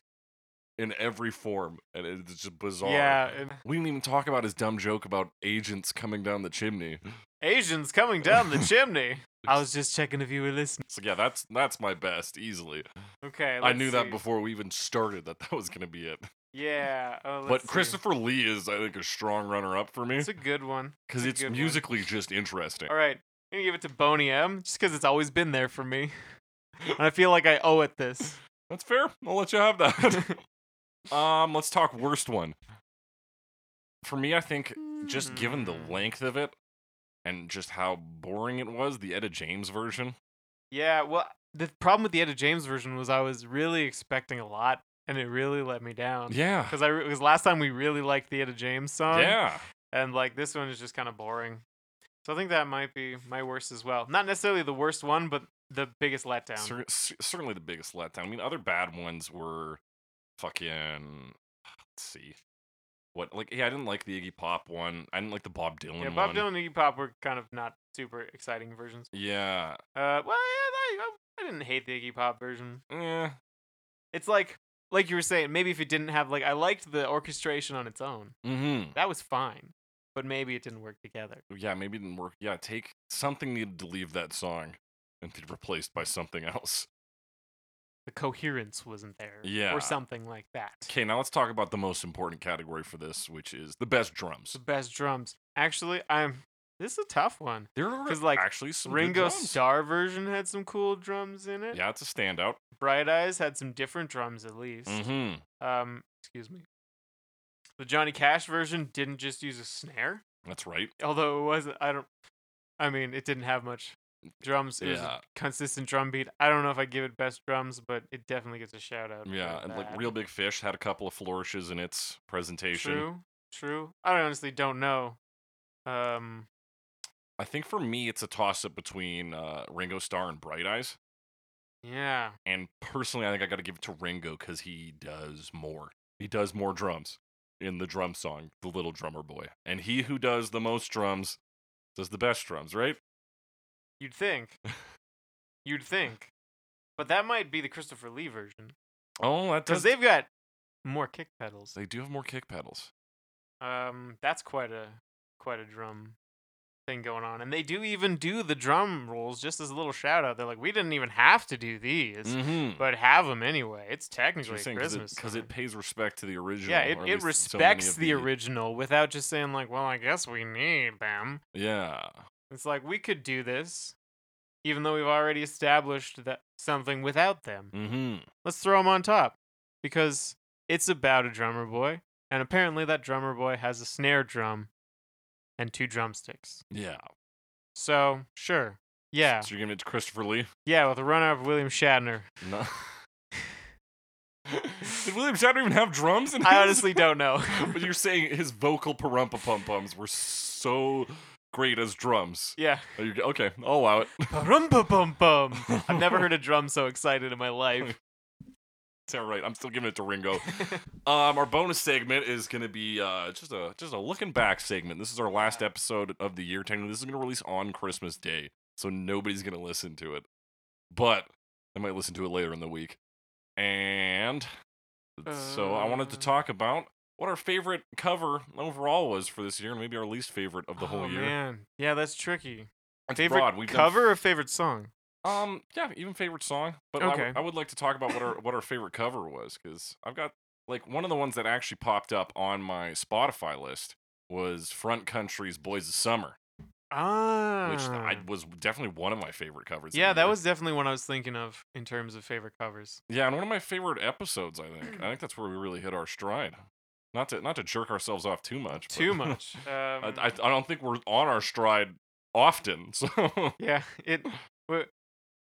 S1: in every form, and it's just bizarre.
S2: Yeah, and
S1: We didn't even talk about his dumb joke about agents coming down the chimney. *laughs*
S2: Asians coming down the chimney. *laughs* I was just checking if you were listening.
S1: So yeah, that's that's my best easily.
S2: Okay,
S1: I
S2: let's
S1: knew that
S2: see.
S1: before we even started that that was gonna be it.
S2: Yeah, oh,
S1: but
S2: let's see.
S1: Christopher Lee is, I think, a strong runner-up for me
S2: It's a good one.
S1: because
S2: a
S1: it's,
S2: good one.
S1: musically just interesting.
S2: All right, I'm gonna give it to Boney M, just because it's always been there for me, *laughs* and I feel like I owe it this.
S1: That's fair. I'll let you have
S2: *laughs*
S1: that. *laughs* um, let's talk worst one. For me, I think just given the
S2: Hmm.
S1: length of it and just how boring it was, the Etta James version.
S2: *laughs* Yeah, well, the problem with the Etta James version was I was really expecting a lot, and it really let me down.
S1: Yeah.
S2: Because I because last time we really liked the Etta James song.
S1: Yeah.
S2: And like this one is just kind of boring. So I think that might be my worst as well. Not necessarily the worst one, but the biggest letdown.
S1: Cer- cer- certainly the biggest letdown. I mean, other bad ones were fucking. Let's see. What like yeah, I didn't like the Iggy Pop one. I didn't like the Bob Dylan
S2: yeah, Bob
S1: one.
S2: Dylan and Iggy Pop were kind of not super exciting versions.
S1: Yeah.
S2: Uh, well, yeah, I, I didn't hate the Iggy Pop version.
S1: Eh.
S2: It's like like you were saying, maybe if it didn't have like I liked the orchestration on its own.
S1: Mm-hmm.
S2: That was fine. But maybe it didn't work together.
S1: Yeah, maybe it didn't work. Yeah, take something needed to leave that song and be replaced by something else.
S2: The coherence wasn't there.
S1: Yeah.
S2: Or something like that.
S1: Okay, now let's talk about the most important category for this, which is the best drums.
S2: The best drums. Actually, I'm this is a tough one.
S1: There are
S2: 'Cause, like,
S1: actually some good
S2: Ringo
S1: drums.
S2: Starr version had some cool drums in it.
S1: Yeah, it's a standout.
S2: Bright Eyes had some different drums at least.
S1: Mm-hmm.
S2: Um excuse me. The Johnny Cash version didn't just use a snare,
S1: That's right.
S2: although it was I don't. I mean, it didn't have much drums. It was
S1: Yeah.
S2: a consistent drum beat. I don't know if I give it best drums, but it definitely gets a shout out. for
S1: Yeah, and like
S2: that.
S1: Real Big Fish had a couple of flourishes in its presentation.
S2: True, true. I honestly don't know. Um,
S1: I think for me, it's a toss up between uh, Ringo Starr and Bright Eyes.
S2: yeah,
S1: And personally, I think I got to give it to Ringo because he does more. He does more drums in the drum song, The Little Drummer Boy. And he who does the most drums does the best drums, right? *laughs*
S2: you'd think, you'd think, but that might be the Christopher Lee version
S1: Oh, that does.
S2: because they've got more kick pedals.
S1: They do have more kick pedals.
S2: Um, that's quite a quite a drum thing going on, and they do even do the drum rolls. Just as a little shout out, they're like, we didn't even have to do these,
S1: Mm-hmm.
S2: but have them anyway. It's technically a Christmas
S1: because it,
S2: song.
S1: pays respect to the original.
S2: yeah,
S1: or
S2: it,
S1: at
S2: it
S1: least so many
S2: respects
S1: of
S2: the original without just saying like, well, I guess we need them.
S1: Yeah,
S2: It's like we could do this, even though we've already established that something without them.
S1: mm-hmm.
S2: Let's throw them on top because it's about a drummer boy, and apparently that drummer boy has a snare drum and two drumsticks.
S1: yeah.
S2: So sure, yeah,
S1: So you're giving it to Christopher Lee?
S2: yeah, with a runner of William
S1: *laughs*
S2: Shatner.
S1: No. Did William Shatner even have drums? In
S2: I
S1: his? *laughs*
S2: honestly don't know.
S1: but you're saying his vocal parumpa pum pums were so great as drums.
S2: yeah,
S1: Are you- okay, I'll allow it.
S2: bum bum bum. I've never heard a drum so excited in my life.
S1: It's all right. I'm still giving it to
S2: *laughs*
S1: Ringo. Um, our bonus segment is gonna be uh, just a just a looking back segment. This is our last episode of the year. Technically, this is gonna release on Christmas Day, so nobody's gonna listen to it. But I might listen to it later in the week. And so I wanted to
S2: Uh.
S1: talk about what our favorite cover overall was for this year, and maybe our least favorite *laughs* of the whole
S2: oh,
S1: year.
S2: man, yeah, that's tricky.
S1: It's
S2: favorite
S1: broad. We've done
S2: cover or favorite song?
S1: Um, yeah, even favorite song. But I would-
S2: Okay.
S1: I would like to talk about what our what our favorite cover was because I've got like one of the ones that actually popped up on my Spotify list was Front Country's "Boys of Summer,"
S2: Ah,
S1: which I was definitely one of my favorite covers. of
S2: yeah,
S1: the
S2: that
S1: year.
S2: was definitely one I was thinking of in terms of favorite covers.
S1: yeah, and one of my favorite episodes. I think I
S2: *clears throat*
S1: think that's where we really hit our stride. Not to not to jerk ourselves off too much. but- *laughs*
S2: Too much. Um,
S1: I, I I don't think we're on our stride often. *laughs* So
S2: yeah, it we,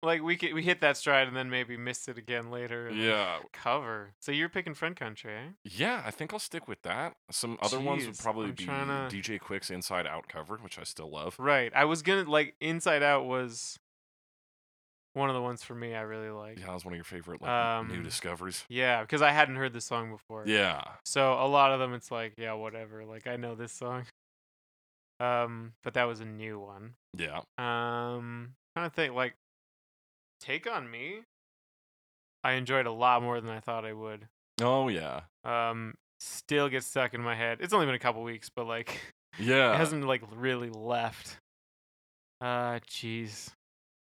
S2: like we could, we hit that stride and then maybe missed it again later. in the
S1: yeah,
S2: cover. So you're picking Friend Country, eh?
S1: Yeah, I think I'll stick with that. Some other ones would
S2: Jeez,
S1: probably
S2: I'm
S1: be
S2: tryna-
S1: DJ Quick's Inside Out cover, which I still love.
S2: Right. I was gonna like Inside Out was one of the ones for me I really like.
S1: Yeah, that was one of your favorite like n- new
S2: Um,
S1: discoveries.
S2: Yeah, because I hadn't heard the song before.
S1: Yeah.
S2: So a lot of them, it's like, yeah, whatever. Like I know this song. Um, but that was a new one.
S1: Yeah.
S2: Um, kind of think like Take on Me. I enjoyed a lot more than I thought I would.
S1: Oh yeah.
S2: Um, still gets stuck in my head. It's only been a couple weeks, but like *laughs*
S1: Yeah.
S2: it hasn't like really left. Uh, jeez,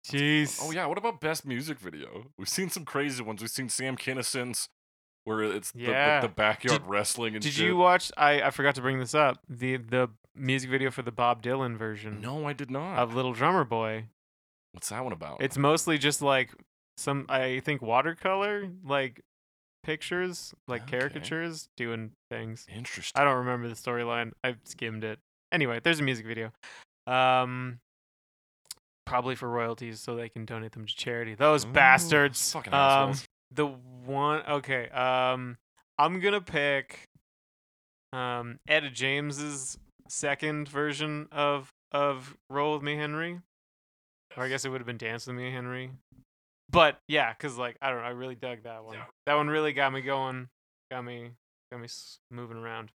S2: jeez.
S1: Oh yeah, what about best music video? We've seen some crazy ones. We've seen Sam Kinnison's where it's the-
S2: Yeah.
S1: the, the, backyard wrestling and
S2: Did
S1: shit.
S2: you watch? I I forgot to bring this up. The the music video for the Bob Dylan version
S1: No, I did not. Oh.
S2: of Little Drummer Boy.
S1: What's that one about?
S2: uh, It's mostly just like some I think watercolor like pictures, like
S1: Okay.
S2: caricatures doing things.
S1: interesting.
S2: I don't remember the storyline. I skimmed it. Anyway, there's a music video. Um probably for royalties so they can donate them to charity. Those
S1: Ooh,
S2: bastards.
S1: fucking
S2: um
S1: assholes.
S2: the one okay, um I'm going to pick um Etta James's second version of of Roll with Me Henry. Or I guess it would have been Dance with Me Henry. But yeah, cuz like I don't know, I really dug that one. That one really got me going. Got me got me s- moving around.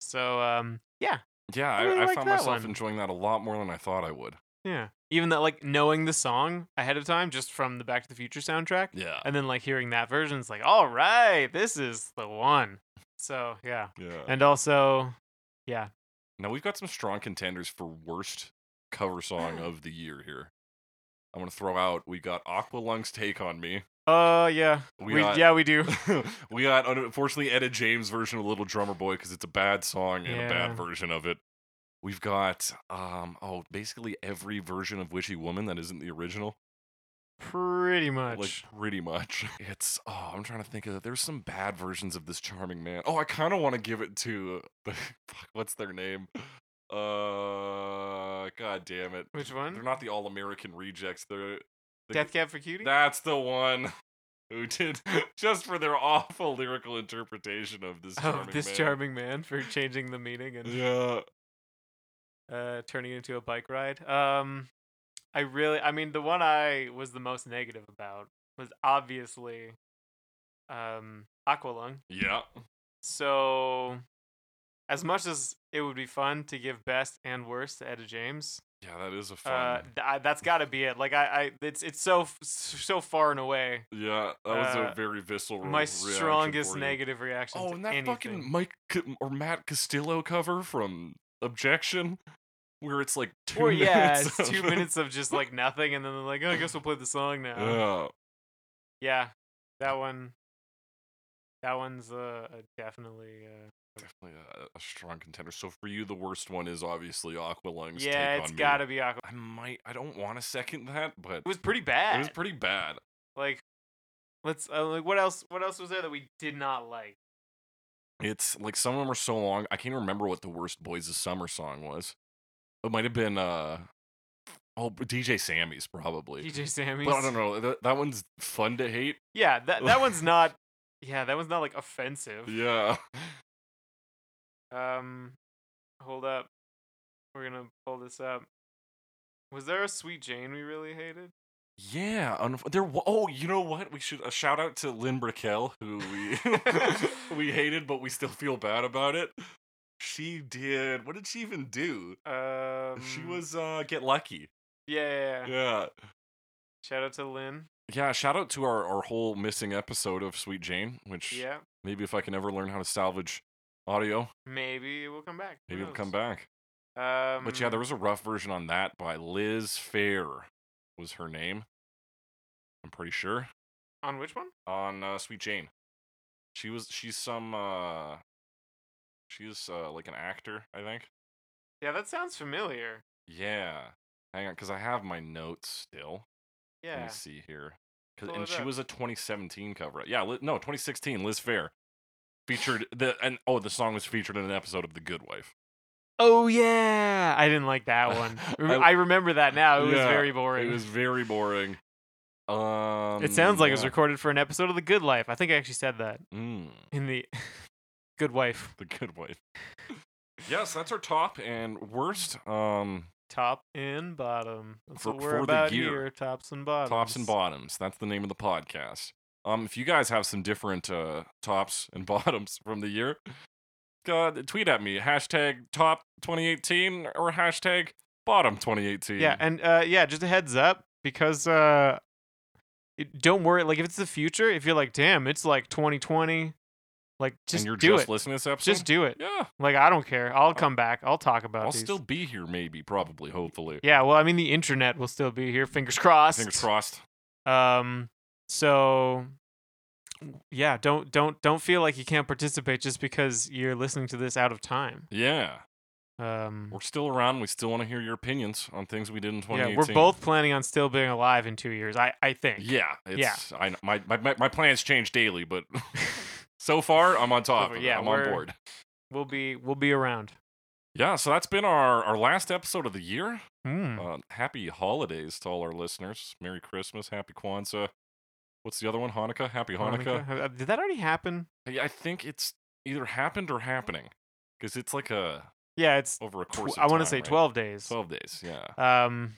S2: So um yeah,
S1: yeah,
S2: I
S1: I,
S2: really
S1: I
S2: like
S1: found
S2: that
S1: myself
S2: one.
S1: enjoying that a lot more than I thought I would.
S2: yeah. Even that like knowing the song ahead of time just from the Back to the Future soundtrack
S1: Yeah.
S2: and then like hearing that version it's like, "All right, this is the one." So, yeah.
S1: Yeah.
S2: And also yeah,
S1: Now we've got some strong contenders for worst cover song
S2: *sighs*
S1: of the year here. I'm gonna throw out. We got Aqualung's "Take on Me."
S2: Uh, yeah.
S1: We
S2: We,
S1: got-
S2: yeah we do.
S1: *laughs* we got unfortunately Etta James' version of "Little Drummer Boy" because it's a bad song and a
S2: Yeah.
S1: bad version of it. We've got um oh basically every version of "Witchy Woman" that isn't the original.
S2: Pretty much.
S1: Like pretty much. *laughs* It's oh, I'm trying to think of it. There's some bad versions of this charming man. Oh, I kind of want to give it to *laughs* the fuck, what's their name? Uh, god damn it.
S2: Which
S1: They're
S2: one?
S1: not the all American rejects. They're the-
S2: Death Cab for Cutie?
S1: That's the one *laughs* who did *laughs* just for their awful lyrical interpretation of this
S2: Oh,
S1: charming
S2: this
S1: man.
S2: charming man for changing the meaning and
S1: Yeah.
S2: uh, turning it into a bike ride. Um, I really, I mean, the one I was the most negative about was obviously um, Aqualung.
S1: Yeah.
S2: So, as much as it would be fun to give best and worst to Etta James,
S1: Yeah, that is a fun.
S2: uh, th- I, that's got to be it. Like I, I, it's it's so f- so far and away
S1: yeah, that was a
S2: uh,
S1: very visceral.
S2: my
S1: reaction for
S2: strongest
S1: you.
S2: negative reaction.
S1: Oh,
S2: to
S1: and that
S2: anything.
S1: fucking Mike C- or Matt Castillo cover from Objection, where it's like *laughs* two
S2: Or
S1: minutes.
S2: yeah, it's
S1: *laughs*
S2: two
S1: of-
S2: minutes of just like nothing, and then they're like, "Oh, I guess we'll play the song now."
S1: Yeah.
S2: Yeah, that one. That one's uh, uh, definitely. Uh,
S1: Definitely a, a strong contender. So for you, the worst one is obviously Aqualung's.
S2: yeah,
S1: take
S2: it's
S1: on
S2: got
S1: Me.
S2: to be Aqua.
S1: I might. I don't want to second that, but
S2: It was pretty bad.
S1: it was pretty bad.
S2: like, let's uh, like what else? What else was there that we did not like?
S1: It's like some of them are so long. I can't remember what the worst Boys of Summer song was. It might have been uh oh DJ Sammy's probably.
S2: DJ Sammy's.
S1: but I don't know. That, that one's fun to hate.
S2: Yeah, that
S1: *laughs*
S2: that one's not. Yeah, that one's not like offensive.
S1: Yeah.
S2: Um, hold up, we're gonna pull this up. Was there a Sweet Jane we really hated?
S1: Yeah, unf- there. wa- Oh, you know what? We should a shout out to Lynn Brickell, who we *laughs* we hated, but we still feel bad about it. She did. What did she even do?
S2: Um,
S1: she was uh get lucky.
S2: Yeah, yeah, yeah.
S1: Yeah,
S2: Shout out to Lynn.
S1: yeah. Shout out to our our whole missing episode of Sweet Jane, which
S2: Yeah,
S1: maybe if I can ever learn how to salvage audio,
S2: maybe we'll come back. who
S1: maybe it'll come
S2: knows?
S1: back.
S2: Um,
S1: But yeah, there was a rough version on that by Liz Fair, was her name. I'm pretty sure
S2: on which one?
S1: on uh, Sweet Jane. She was she's some uh she's uh like an actor, I think.
S2: Yeah, that sounds familiar.
S1: Yeah. Hang on, because I have my notes still. Let
S2: Yeah,
S1: me see here. 'Cause-
S2: Pull
S1: and
S2: it
S1: she
S2: up.
S1: was a 2017 cover. Yeah, li- no, 2016. Liz Fair featured the and oh, the song was featured in an episode of The Good Wife.
S2: Oh yeah, I didn't like that one.
S1: *laughs*
S2: Rem-
S1: I-
S2: I, remember that now. It was
S1: Yeah,
S2: very boring.
S1: It was very boring. Um,
S2: It sounds like it was
S1: yeah.
S2: recorded for an episode of The Good Life. I think I actually said that
S1: Mm,
S2: in the *laughs* Good Wife
S1: the Good Wife. *laughs* yes, that's our top and worst. Um,
S2: top and bottom. That's
S1: For-
S2: what we're
S1: for the
S2: about
S1: year.
S2: here. Tops and bottoms.
S1: tops and bottoms. That's the name of the podcast. Um, if you guys have some different uh, tops and *laughs* bottoms from the year, God, tweet at me hashtag top 2018 or hashtag bottom 2018.
S2: Yeah, and uh, yeah, just a heads up because uh, it- don't worry. Like if it's the future, if you're like, damn, it's like 2020, like
S1: and
S2: just
S1: you're
S2: do
S1: just
S2: it.
S1: listening to this episode,
S2: Just do it.
S1: yeah,
S2: Like I don't care. I'll come back. I'll talk about.
S1: I'll
S2: these.
S1: still be here, maybe, probably, hopefully.
S2: Yeah, well, I mean, the internet will still be here. Fingers crossed.
S1: Fingers crossed.
S2: Um, so yeah, don't don't don't feel like you can't participate just because you're listening to this out of time.
S1: Yeah,
S2: Um,
S1: we're still around. We still want to hear your opinions on things we did in
S2: yeah,
S1: 2018.
S2: we're both planning on still being alive in two years. I I think.
S1: Yeah, it's, I, my, my my- my plans change daily,
S2: *laughs*
S1: but so far I'm on top.
S2: far,
S1: of it.
S2: yeah,
S1: I'm on
S2: we're-
S1: board.
S2: we'll be we'll be around.
S1: Yeah, so that's been our, our last episode of the year.
S2: Hmm.
S1: Uh, happy holidays to all our listeners. Merry Christmas. Happy Kwanzaa. What's the other one? Hanukkah? Happy Oh, Hanukkah.
S2: Hanukkah? Uh, Did that already happen?
S1: I I think it's either happened or happening because it's like a
S2: Yeah, it's.
S1: over a
S2: tw-
S1: course.
S2: I
S1: want to
S2: say twelve days.
S1: 12 days, yeah.
S2: Um,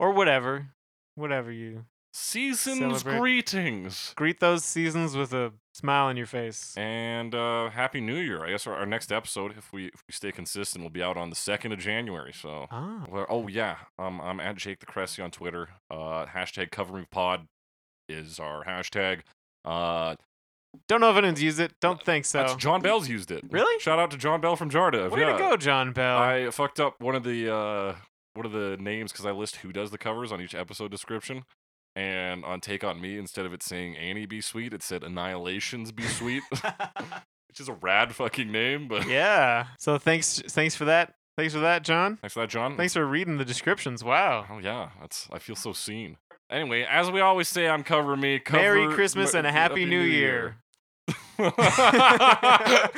S2: or whatever, whatever you
S1: Season's
S2: Celebrate.
S1: greetings.
S2: greet those seasons with a smile on your face.
S1: And uh, Happy New Year. I guess our, our next episode, if we, if we stay consistent, will be out on the 2nd of January. So.
S2: Ah,
S1: Well, oh yeah, um, I'm at Jake the Cressy on Twitter. Uh, hashtag Cover Me Pod is our hashtag. Uh,
S2: don't know if anyone's used it. Don't think so.
S1: that's John Bell's used it.
S2: Really?
S1: Shout out to John Bell from Jardiv.
S2: Way
S1: yeah.
S2: to go, John Bell.
S1: I fucked up one of the uh, one of the names because I list who does the covers on each episode description. And on Take on Me, instead of it saying Annie be sweet, it said Annihilations be sweet, *laughs* which is a rad fucking name. But
S2: *laughs* yeah. So thanks, thanks for that. Thanks for that, John.
S1: Hmm. thanks for that, John.
S2: Thanks for reading the descriptions. Wow.
S1: Oh yeah, that's I feel so seen. Anyway, as we always say on Cover Me, cover
S2: Merry Christmas
S1: Mer- *laughs*
S2: and a Happy New Year.
S1: Year.